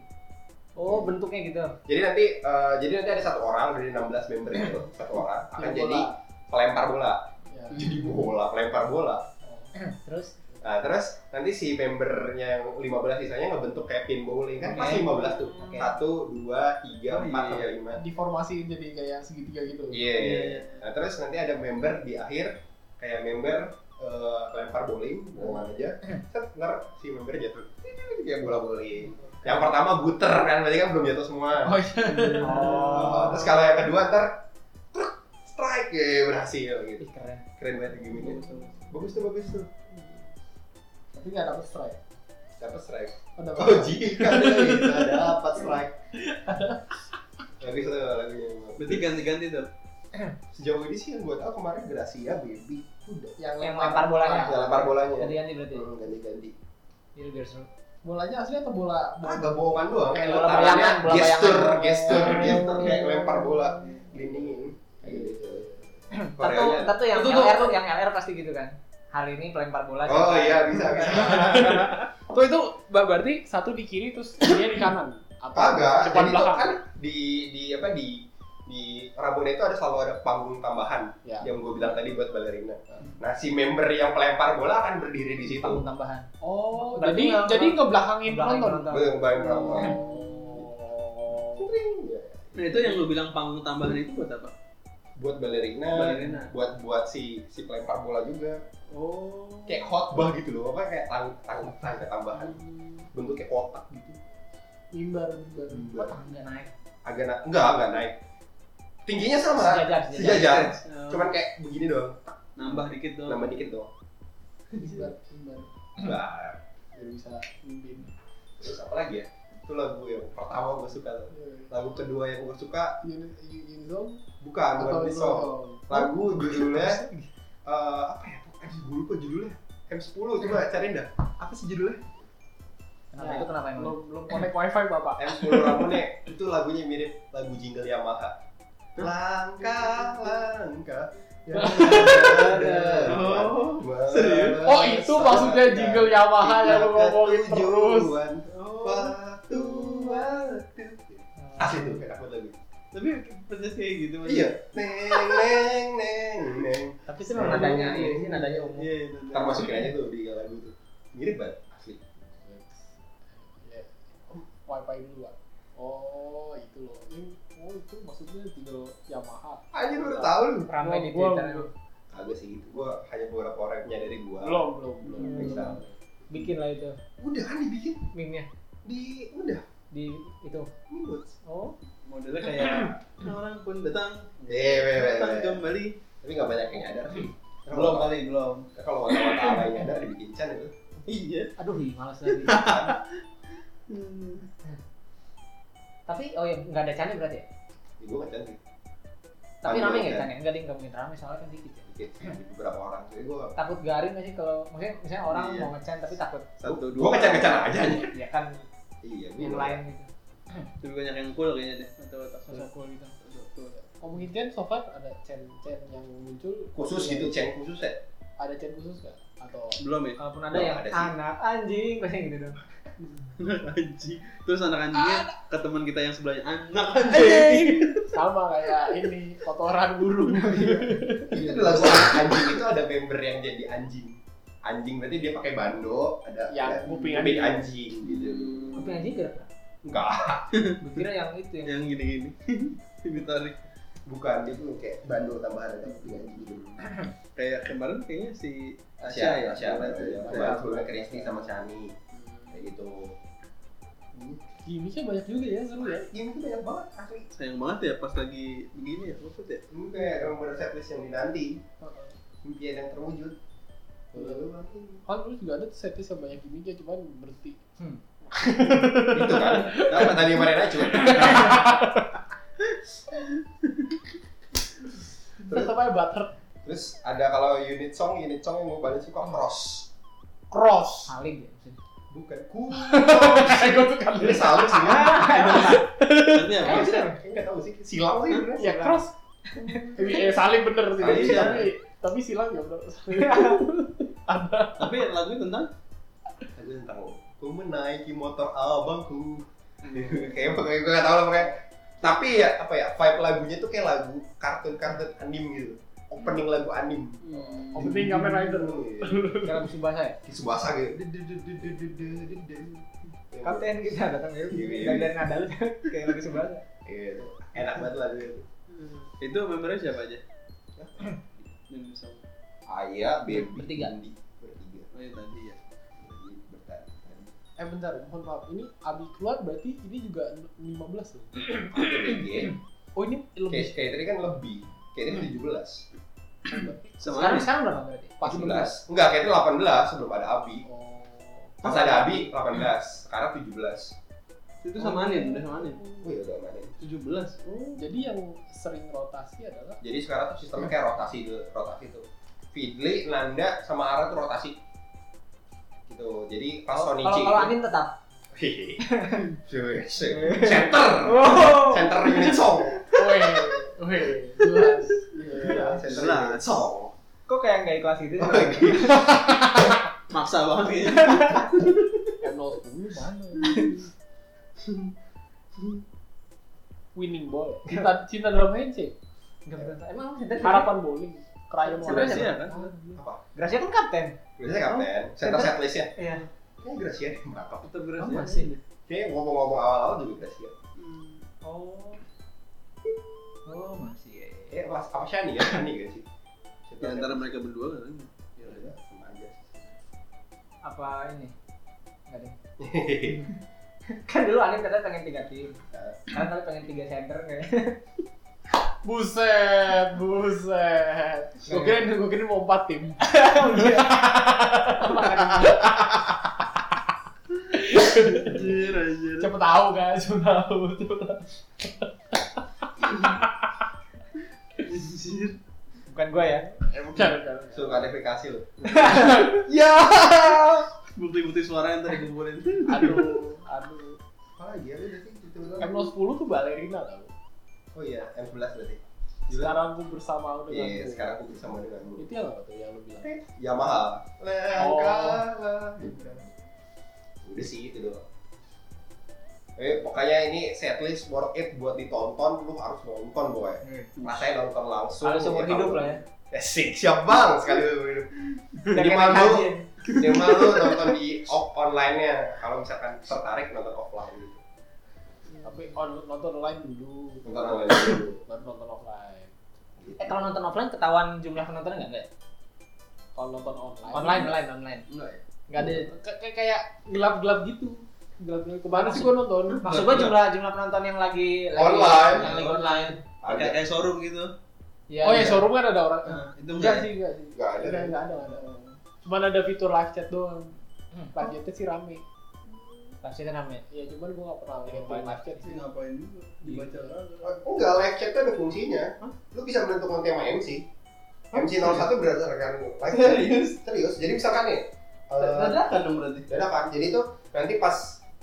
Speaker 5: Oh, bentuknya gitu.
Speaker 3: Jadi nanti eh, jadi nanti ada satu orang dari 16 member itu satu orang akan
Speaker 1: Yang
Speaker 3: jadi
Speaker 1: bola.
Speaker 3: pelempar bola.
Speaker 1: Ya.
Speaker 3: Jadi bola, pelempar bola.
Speaker 5: Terus
Speaker 3: Nah, terus nanti si membernya yang 15 sisanya ngebentuk kayak pin bowling kan pas
Speaker 5: Oke.
Speaker 3: 15 tuh.
Speaker 5: Oke.
Speaker 3: Satu, dua,
Speaker 2: Oh,
Speaker 3: tiga, empat,
Speaker 2: iya.
Speaker 3: sampai lima.
Speaker 1: Diformasi jadi kayak segitiga gitu.
Speaker 3: Iya. Nah, terus nanti ada member di akhir kayak member eh, lempar bowling, bola aja. Set, ntar si member jatuh. Kayak bola bowling. Yang pertama buter kan, berarti kan belum jatuh semua.
Speaker 1: Oh iya.
Speaker 3: Oh, Terus kalau yang kedua ntar truk, strike ya berhasil gitu.
Speaker 5: ih keren.
Speaker 3: Keren banget game ini.
Speaker 1: gitu.
Speaker 3: Bagus tuh, bagus tuh.
Speaker 1: Tapi nggak dapet strike.
Speaker 3: Dapat strike.
Speaker 1: Oh, dapet
Speaker 3: Oh, jika ada bisa dapat strike. Bagus tuh lagunya.
Speaker 2: Berarti ganti-ganti tuh.
Speaker 3: Sejauh ini sih yang gue tahu kemarin Gracia, Baby, udah.
Speaker 1: yang
Speaker 5: Yang
Speaker 1: lempar.
Speaker 5: lempar bolanya.
Speaker 3: Yang lempar bolanya.
Speaker 5: Ganti-ganti berarti.
Speaker 3: Hmm, Ganti-ganti.
Speaker 5: Jadi biar seru.
Speaker 1: Bolanya asli atau bola? bola-
Speaker 3: Agak bohongan doang, kayak
Speaker 5: Bola
Speaker 3: letaknya
Speaker 5: bayangan, Hmm. bola
Speaker 3: gestur,
Speaker 5: bayangan.
Speaker 3: gestur, gestur, kayak lempar bola, gelindingin. Kayak gitu.
Speaker 5: Tentu,
Speaker 3: Koreanya.
Speaker 5: tentu yang
Speaker 1: Itu tuh-
Speaker 5: LR yang LR pasti gitu kan. Hari ini pelempar bola.
Speaker 3: Oh
Speaker 5: siapa?
Speaker 3: iya bisa bisa.
Speaker 1: Tuh itu ba- berarti satu di kiri terus dia di kanan. Apa?
Speaker 3: Kagak.
Speaker 1: Depan
Speaker 3: Jadi itu
Speaker 1: belakang.
Speaker 3: kan di di apa di di Rabona itu ada selalu ada panggung tambahan
Speaker 1: Ya.
Speaker 3: yang gue bilang tadi buat balerina. Nah si member yang pelempar bola akan berdiri di situ.
Speaker 5: Panggung tambahan.
Speaker 1: Oh,
Speaker 5: Berarti
Speaker 1: jadi
Speaker 5: yang-
Speaker 1: jadi ngebelakangin
Speaker 5: Belakang
Speaker 1: penonton.
Speaker 5: penonton.
Speaker 3: Gue yang bayang
Speaker 1: Oh.
Speaker 3: kamu.
Speaker 2: Nah itu yang lu bilang panggung tambahan itu buat apa?
Speaker 3: Buat balerina,
Speaker 2: Balerina.
Speaker 3: buat buat si si pelempar bola juga.
Speaker 2: Oh.
Speaker 3: Kayak khotbah gitu loh, apa kayak tang tang tangga tambahan bentuk kayak kotak gitu.
Speaker 1: Mimbar, mimbar.
Speaker 3: Mimbar.
Speaker 5: Tangga naik.
Speaker 3: Agak na- enggak enggak naik. Tingginya sama,
Speaker 1: Iya.
Speaker 3: Iya.
Speaker 5: Sejajar,
Speaker 2: Iya,
Speaker 5: sejajar.
Speaker 3: sejajar. Cuman kayak begini doang,
Speaker 2: nambah dikit
Speaker 1: Hmm.
Speaker 2: doang.
Speaker 3: nambah dikit doang.
Speaker 1: Mimbar, mimbar.
Speaker 3: Nah,
Speaker 1: Biar bisa mimpin.
Speaker 3: Terus apa lagi ya? Itu lagu yang pertama gue suka tuh.
Speaker 1: Eh,
Speaker 3: Lagu kedua yang gue suka
Speaker 1: Uni- Uni- Unizone
Speaker 3: bukan bukan
Speaker 1: atau
Speaker 3: Riso.
Speaker 1: Unizone?
Speaker 3: Lagu judulnya eh, apa ya? Aduh, gue lupa judulnya. M10 coba cariin dah. Apa sih judulnya?
Speaker 1: Ya.
Speaker 5: Kenapa itu kenapa emang?
Speaker 1: Belum belum connect wifi bapak.
Speaker 3: M10 Ramune. Itu lagunya mirip lagu jingle Yamaha. Langkah langkah
Speaker 1: Oh.
Speaker 3: yang berdepan
Speaker 2: Oh. serius?
Speaker 3: meleset
Speaker 1: Oh itu maksudnya jingle Yamaha yang lu ngomongin terus.
Speaker 3: Tujuan
Speaker 2: Oh.
Speaker 3: Waktu waktu Asli Ah, tuh, enak banget lagu
Speaker 2: Tapi persis kayak gitu Mas.
Speaker 3: Iya. Neng neng neng neng.
Speaker 5: Tapi sih memang nadanya, iya sih nadanya umum.
Speaker 2: Iya, iya,
Speaker 3: Ntar masukin aja tuh di lagu tuh. Mirip banget asli.
Speaker 1: Ya. Wifi dulu pak. Oh itu loh. Ini- Oh itu maksudnya jingle Yamaha.
Speaker 3: Anjir baru tahu lu.
Speaker 5: Ramai di
Speaker 1: Gua-
Speaker 5: Twitter.
Speaker 1: gua-
Speaker 3: Kagak sih gitu. Gua hanya beberapa orang yang dari gua.
Speaker 1: Belum belum belum.
Speaker 3: Bisa.
Speaker 5: Bikin lah itu
Speaker 3: Udah kan dibikin
Speaker 5: meme-nya
Speaker 3: di udah
Speaker 5: di itu.
Speaker 3: Minus.
Speaker 5: Oh,
Speaker 2: Modelnya kayak orang pun datang,
Speaker 3: Eh, weh, weh,
Speaker 2: datang
Speaker 3: weh.
Speaker 2: kembali.
Speaker 3: Tapi nggak banyak yang nyadar sih.
Speaker 2: Belum kali, belum.
Speaker 3: Kalau wata-wata yang nyadar dibikin Chan itu.
Speaker 2: Iya.
Speaker 5: aduh, ih, malas lagi. Tapi oh ya nggak ada cane berarti ya?
Speaker 3: Ya, gua nggak Chan sih.
Speaker 5: Tapi
Speaker 3: Pandu
Speaker 5: ramai
Speaker 3: aja.
Speaker 5: nggak cane? Enggak deh, nggak mungkin ramai soalnya kan dikit ya.
Speaker 3: Dikit sih, di beberapa orang. Jadi gua
Speaker 5: Takut garing nggak sih kalau maksudnya misalnya orang
Speaker 2: Iya.
Speaker 5: mau ngecan tapi takut
Speaker 2: Satu,
Speaker 3: gua
Speaker 2: dua.
Speaker 3: kecan-kecan aja. anjir.
Speaker 5: ya kan
Speaker 3: Iya,
Speaker 5: yang
Speaker 3: minus.
Speaker 5: lain gitu.
Speaker 2: Lebih banyak yang cool kayaknya deh. Atau atau
Speaker 5: Sosok cool gitu.
Speaker 1: Ngomongin Chen, so far ada Chen-Chen yang muncul
Speaker 3: Khusus gitu, Chan khusus ya.
Speaker 1: Ada Chen khusus nggak? Atau
Speaker 2: Belum ya?
Speaker 5: Kalaupun ada
Speaker 3: Belum
Speaker 5: yang
Speaker 3: ada sih.
Speaker 5: anak anjing kayak gitu dong.
Speaker 2: Anjing. Terus anak anjingnya ke teman kita yang sebelahnya anak anjing.
Speaker 5: Anjing.
Speaker 1: sama kayak ini kotoran burung
Speaker 3: itu
Speaker 1: Iya.
Speaker 3: di lagu anjing itu ada member yang jadi anjing anjing berarti dia pakai bando ada
Speaker 1: yang Ya, kuping
Speaker 3: kuping
Speaker 1: anjing.
Speaker 3: anjing gitu
Speaker 5: Tapi anjing gerak.
Speaker 3: enggak
Speaker 5: Gua kira yang itu yang
Speaker 4: ya.
Speaker 2: Yang gini-gini. Ditarik.
Speaker 3: bukan itu kayak bando tambahan ada kuping anjing gitu
Speaker 1: Ah,
Speaker 2: Kayak kemarin kayaknya si Asia
Speaker 3: Asia ya Asia
Speaker 2: Asia.
Speaker 3: ada ya
Speaker 2: Asia.
Speaker 3: sebelumnya Kristi sama Shani kayak gitu
Speaker 1: gimmicknya banyak juga ya seru ya
Speaker 3: game itu banyak banget asli
Speaker 2: Sayang banget ya pas lagi begini ya. Maksud ya.
Speaker 3: ini kayak yang bener setlist yang dinanti impian yang terwujud Lalu,
Speaker 1: kan dulu juga ada tuh setlist yang banyak gimmicknya cuman berhenti
Speaker 3: itu kan apa tadi kemarin aja
Speaker 1: terus apa ya butter
Speaker 3: terus ada kalau unit song unit song yang gue paling suka cross
Speaker 1: cross
Speaker 5: saling ya maksudnya.
Speaker 3: bukan ku
Speaker 1: eh gue tuh kan
Speaker 3: ini salut sih ya
Speaker 2: Maksudnya apa?
Speaker 3: Eh, enggak tahu sih. Silang sih bener.
Speaker 1: ya cross eh saling bener sih
Speaker 3: Saling,
Speaker 1: tapi
Speaker 3: iya.
Speaker 1: tapi silang ya bener
Speaker 2: Tapi lagunya tentang
Speaker 3: Aku tentang ku menaiki motor abangku kayak pokoknya gue gak tau lah pokoknya tapi ya apa ya vibe lagunya tuh kayak lagu kartun-kartun anime gitu opening lagu anime
Speaker 1: Opening Kamen Rider.
Speaker 4: Cara musim basah ya?
Speaker 3: Subasa gitu
Speaker 4: Kapten
Speaker 1: gitu.
Speaker 4: kita datang ya. Dan dan ada lu kayak lagi sebelah.
Speaker 3: Iya, itu. enak banget lagu itu
Speaker 2: Itu membernya siapa aja? Yang bisa.
Speaker 3: Aya, Baby,
Speaker 4: Bertiga.
Speaker 3: Indi. bertiga
Speaker 2: Oh, yang tadi ya.
Speaker 3: Bertiga, bertani.
Speaker 1: Eh bentar, mohon maaf. Ini Abi keluar berarti ini juga 15 loh.
Speaker 3: Ada BG.
Speaker 1: Oh ini
Speaker 3: Kayak
Speaker 1: lebih
Speaker 3: kayak tadi kan lebih kayak tadi 17
Speaker 2: Sama
Speaker 4: Sekarang
Speaker 2: aja.
Speaker 4: sekarang berapa berarti?
Speaker 1: pas
Speaker 3: 17 enggak kayak tadi 18 sebelum ada Abi
Speaker 4: Hmm.
Speaker 1: Oh.
Speaker 3: pas ada Abi 18 sekarang 17
Speaker 2: Itu samanin, udah samanin.
Speaker 3: oh iya udah mainin
Speaker 2: 17.
Speaker 1: Hmm, jadi yang sering rotasi adalah
Speaker 3: Jadi sekarang tuh sistemnya kayak rotasi dulu, rotasi tuh. Fidli, Nanda, sama Ara tuh rotasi. Gitu. Jadi pas
Speaker 4: Kalau
Speaker 3: Sonichi
Speaker 4: kalau angin tetap.
Speaker 3: Hehehe. Cuy, Oh. se- center.
Speaker 4: Oh.
Speaker 3: Center unit song.
Speaker 1: Weh, weh, jelas.
Speaker 3: Iya, center unit song. Oh,
Speaker 4: Kok kayak nggak ikhlas gitu? sih?
Speaker 3: Lagi.
Speaker 2: Maksa banget kayaknya.
Speaker 1: Kan 0 mana? Winning ball. Cinta, cinta dalam handshake.
Speaker 4: Nggak berasa. Emang center
Speaker 1: Harapan bowling. Ah, Krayon
Speaker 2: Si
Speaker 1: warna.
Speaker 2: Gracia kan?
Speaker 1: iya.
Speaker 3: Apa?
Speaker 4: Gracia kan kapten.
Speaker 3: Biasanya kapten, Oh. center set list ya.
Speaker 4: Iya.
Speaker 3: Kayaknya Gracia deh, berapa?
Speaker 2: Tetap Gracia.
Speaker 4: Oh, masih.
Speaker 3: Kayaknya ngomong-ngomong awal-awal juga Gracia.
Speaker 2: Hmm.
Speaker 4: Oh. Oh masih ya.
Speaker 3: Eh, pas apa Shani ya? Shani gak sih?
Speaker 2: Di antara mereka berdua kan. Ya, ya.
Speaker 3: sama aja.
Speaker 4: Apa ini? Nggak ada.
Speaker 3: Hehehe.
Speaker 4: Kan dulu Anin katanya pengen tiga tim. Sekarang kali pengen tiga center kayak.
Speaker 1: Buset, buset. Gue kira gue kira mau empat tim.
Speaker 4: Iya.
Speaker 2: Anjir, anjir.
Speaker 1: Siapa tahu kan, siapa tahu, siapa tahu.
Speaker 2: Anjir.
Speaker 4: Bukan gua ya.
Speaker 1: Jangan, jangan.
Speaker 3: Eh, Suruh klarifikasi loh.
Speaker 1: Ya.
Speaker 2: Bukti-bukti suara yang tadi kumpulin.
Speaker 1: Aduh, aduh.
Speaker 3: Apa lagi ya? Udah sih, gitu-gitu.
Speaker 1: M010 tuh balerina tau.
Speaker 3: Oh iya, M11 berarti.
Speaker 1: Sekarang aku bersama
Speaker 3: Iya,
Speaker 1: dengan
Speaker 3: iya, sekarang aku bersama denganmu.
Speaker 1: Itu yang apa tuh yang lu bilang?
Speaker 3: Yamaha.
Speaker 1: Oh.
Speaker 3: Oh. Udah sih itu doang. Eh, pokoknya ini setlist worth it buat ditonton, lu harus nonton boy. Rasain nonton langsung.
Speaker 4: Harus seumur hidup lah ya.
Speaker 3: Asik, siap bang sekali seumur hidup.
Speaker 4: Dan
Speaker 3: Minimal
Speaker 4: kayak ya.
Speaker 3: lu,
Speaker 4: kajian.
Speaker 3: minimal lu nonton di off online-nya. Kalau misalkan tertarik nonton offline gitu.
Speaker 1: Tapi on, nonton online dulu.
Speaker 3: Nonton online dulu.
Speaker 1: Baru nonton offline.
Speaker 4: Eh kalau nonton offline ketahuan jumlah penontonnya nggak nggak? ya?
Speaker 1: Kalau nonton online.
Speaker 4: Online, online, online.
Speaker 2: Enggak ya?
Speaker 1: Gak ada. Kayak kayak gelap-gelap gitu. Gelap-gelap. Kemana sih gua nonton?
Speaker 4: Maksud gua jumlah jumlah penonton yang lagi, lagi
Speaker 3: Online.
Speaker 4: yang lagi online.
Speaker 2: Kayak
Speaker 3: Ada.
Speaker 2: kayak showroom gitu.
Speaker 4: Iya.
Speaker 1: oh ya, showroom kan ada orang.
Speaker 2: Nah, itu
Speaker 1: Enggak
Speaker 2: enggak.
Speaker 1: sih, enggak sih.
Speaker 3: Nggak ada.
Speaker 1: Enggak ada, enggak ada. Cuman ada fitur live chat doang.
Speaker 4: Hmm.
Speaker 1: Live chatnya sih rame.
Speaker 4: Pasti kan namanya.
Speaker 1: Ya cuman gua gak pernah lihat
Speaker 4: banyak.
Speaker 1: live chat sih.
Speaker 2: ngapain juga? Dibaca orang.
Speaker 3: Enggak, live chat tuh ada fungsinya. Lu bisa menentukan tema MC. MC 01 berdasarkan live chat.
Speaker 2: Serius?
Speaker 3: Serius. Jadi misalkan nih, eh,
Speaker 2: Dadakan dong berarti.
Speaker 3: dadakan. Jadi itu nanti pas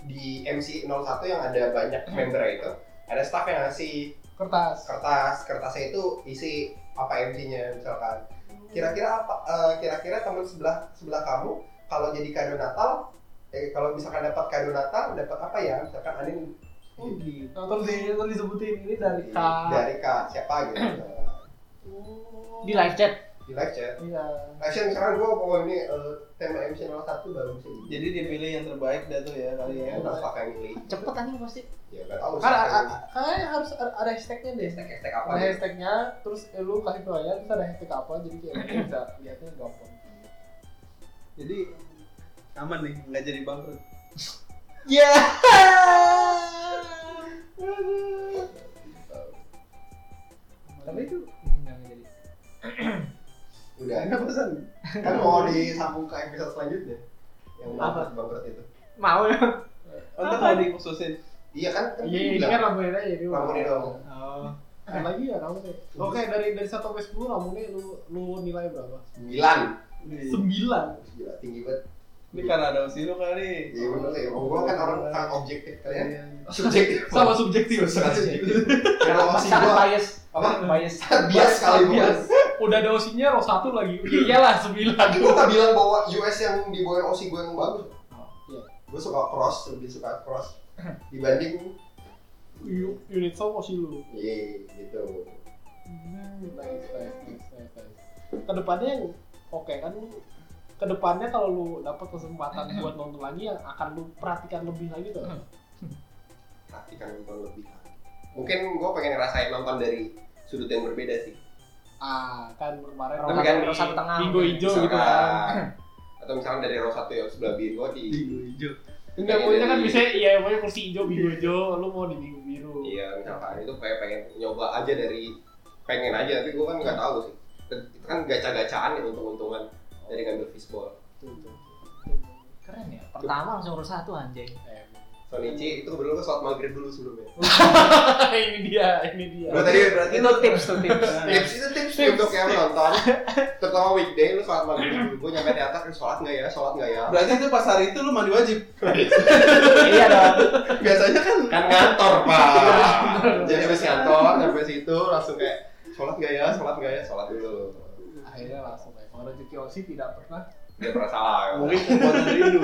Speaker 3: di MC 01 yang ada banyak member itu, ada staff yang ngasih
Speaker 1: Kertas.
Speaker 3: kertas. Kertasnya itu isi apa MC-nya misalkan.
Speaker 4: Hmm.
Speaker 3: Kira-kira apa eh, kira-kira teman sebelah sebelah kamu kalau jadi kado Natal eh, kalau misalkan dapat kado Natal dapat apa ya? Misalkan Anin
Speaker 1: Oh gitu. Terus di terus disebutin ini dari K.
Speaker 3: dari Kak siapa gitu.
Speaker 4: Di live chat.
Speaker 3: Di live chat.
Speaker 1: Iya.
Speaker 3: Action sekarang gue mau ini eh, tema MC 01 baru sih.
Speaker 2: Jadi dipilih yang terbaik dah tuh ya kali ya.
Speaker 3: ya udah pakai milih.
Speaker 4: Iya. Cepet anjing pasti.
Speaker 3: Ya nggak tahu.
Speaker 1: Kan a- a- kayaknya harus ada ada hashtagnya deh.
Speaker 3: Hashtag hashtag apa?
Speaker 1: Ada
Speaker 3: gitu.
Speaker 1: hashtagnya, terus eh, lu kasih penilaian, terus ada hashtag apa, jadi kayak lu bisa lihatnya gampang.
Speaker 2: Jadi aman nih, nggak jadi bangkrut.
Speaker 1: Ya.
Speaker 4: Tapi itu nggak jadi.
Speaker 3: Udah. Enak pesan. Kan mau disambung ke episode selanjutnya. Yang
Speaker 4: Apa?
Speaker 3: apa? Bangkrut itu.
Speaker 4: Mau ya?
Speaker 2: Oh, ntar mau dikhususin.
Speaker 3: Iya kan? kan
Speaker 1: Iya, ini
Speaker 3: bilang,
Speaker 1: kan ramuin aja jadi
Speaker 3: Ramuin dong.
Speaker 4: Oh.
Speaker 1: Ada lagi ya ramuin. Oke, dari dari 1 sampai 10 ramuinnya lu lu nilai berapa?
Speaker 3: Sembilan.
Speaker 2: Iya.
Speaker 1: 9.
Speaker 3: Gila tinggi banget.
Speaker 2: Ini karena ada Osino kali.
Speaker 3: Iya benar sih. Emang gue kan orang sangat objektif kalian.
Speaker 2: Iya.
Speaker 3: Subjektif.
Speaker 1: Sama subjektif.
Speaker 3: Sangat subjektif. Kalau
Speaker 4: Kenapa
Speaker 3: opsi
Speaker 4: sangat
Speaker 3: gue
Speaker 4: bias?
Speaker 3: apa?
Speaker 4: Bias.
Speaker 3: Kan Bias kali bukan.
Speaker 1: Udah ada osinya row 1 lagi. Iya iyalah 9.
Speaker 3: Gue tak bilang bahwa US yang dibawain Osi gue yang bagus.
Speaker 1: Iya.
Speaker 3: Gue suka cross, lebih suka cross. dibanding
Speaker 1: U- Iya, unit song masih lu
Speaker 3: ye gitu
Speaker 1: nice, nice, nice, nice, nice. kedepannya yang oke kan lu kedepannya kalau lu dapat kesempatan buat nonton lagi yang akan lu perhatikan lebih lagi tuh
Speaker 3: perhatikan nonton lebih mungkin gue pengen ngerasain nonton dari sudut yang berbeda sih
Speaker 1: ah kan kemarin
Speaker 4: Tapi
Speaker 1: orang
Speaker 3: kan
Speaker 1: bilang
Speaker 4: satu tengah.
Speaker 1: minggu hijau gitu kan
Speaker 3: Misalkan- atau misalnya dari row satu yang sebelah biru di
Speaker 2: hijau.
Speaker 1: enggak
Speaker 3: Kayak
Speaker 1: punya kan
Speaker 3: dari-
Speaker 1: bisa iya punya kursi hijau biru hijau lu mau di minggu biru
Speaker 3: Iya, misalkan itu kayak pengen nyoba aja dari pengen aja, tapi gue kan nggak tahu sih. Itu kan gaca-gacaan ya untung-untungan dari ngambil fishball.
Speaker 1: Tuh, tuh, tuh.
Speaker 5: Keren ya. Pertama langsung urus satu anjing.
Speaker 1: Eh,
Speaker 3: Sonichi itu kebetulan gue sholat maghrib dulu sebelumnya.
Speaker 1: ini dia ini dia
Speaker 3: Lo tadi berarti
Speaker 5: Itu
Speaker 3: lo
Speaker 5: tips tuh tips.
Speaker 3: tips Nah, itu tips untuk yang menonton, terutama weekday lu sholat maghrib dulu. Gue nyampe di atas, "Eh, sholat nggak ya, sholat nggak ya.
Speaker 2: Berarti itu pas hari itu lu mandi wajib.
Speaker 5: Iya dong.
Speaker 2: Biasanya kan
Speaker 3: Kan ngantor pak. Jadi habis ngantor, sampai situ langsung kayak sholat nggak ya, sholat nggak ya, sholat dulu.
Speaker 1: akhirnya langsung kayak kalau rezeki Osi tidak pernah
Speaker 3: Dia pernah salah. ya.
Speaker 2: mungkin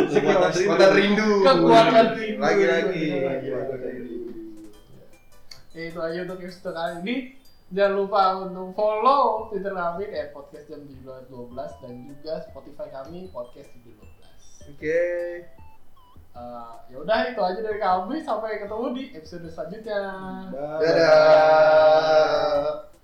Speaker 2: kekuatan rindu, kekuatan
Speaker 3: Kekuatan rindu.
Speaker 1: Kekuatan rindu.
Speaker 2: Lagi-lagi.
Speaker 3: Kekuatan rindu.
Speaker 1: Ya, itu aja untuk episode kali ini jangan lupa untuk follow Twitter kami eh, podcast jam 12 dan juga Spotify kami podcast jam 12
Speaker 2: Oke.
Speaker 1: Eh, ya udah itu aja dari kami sampai ketemu di episode selanjutnya
Speaker 3: Dadah.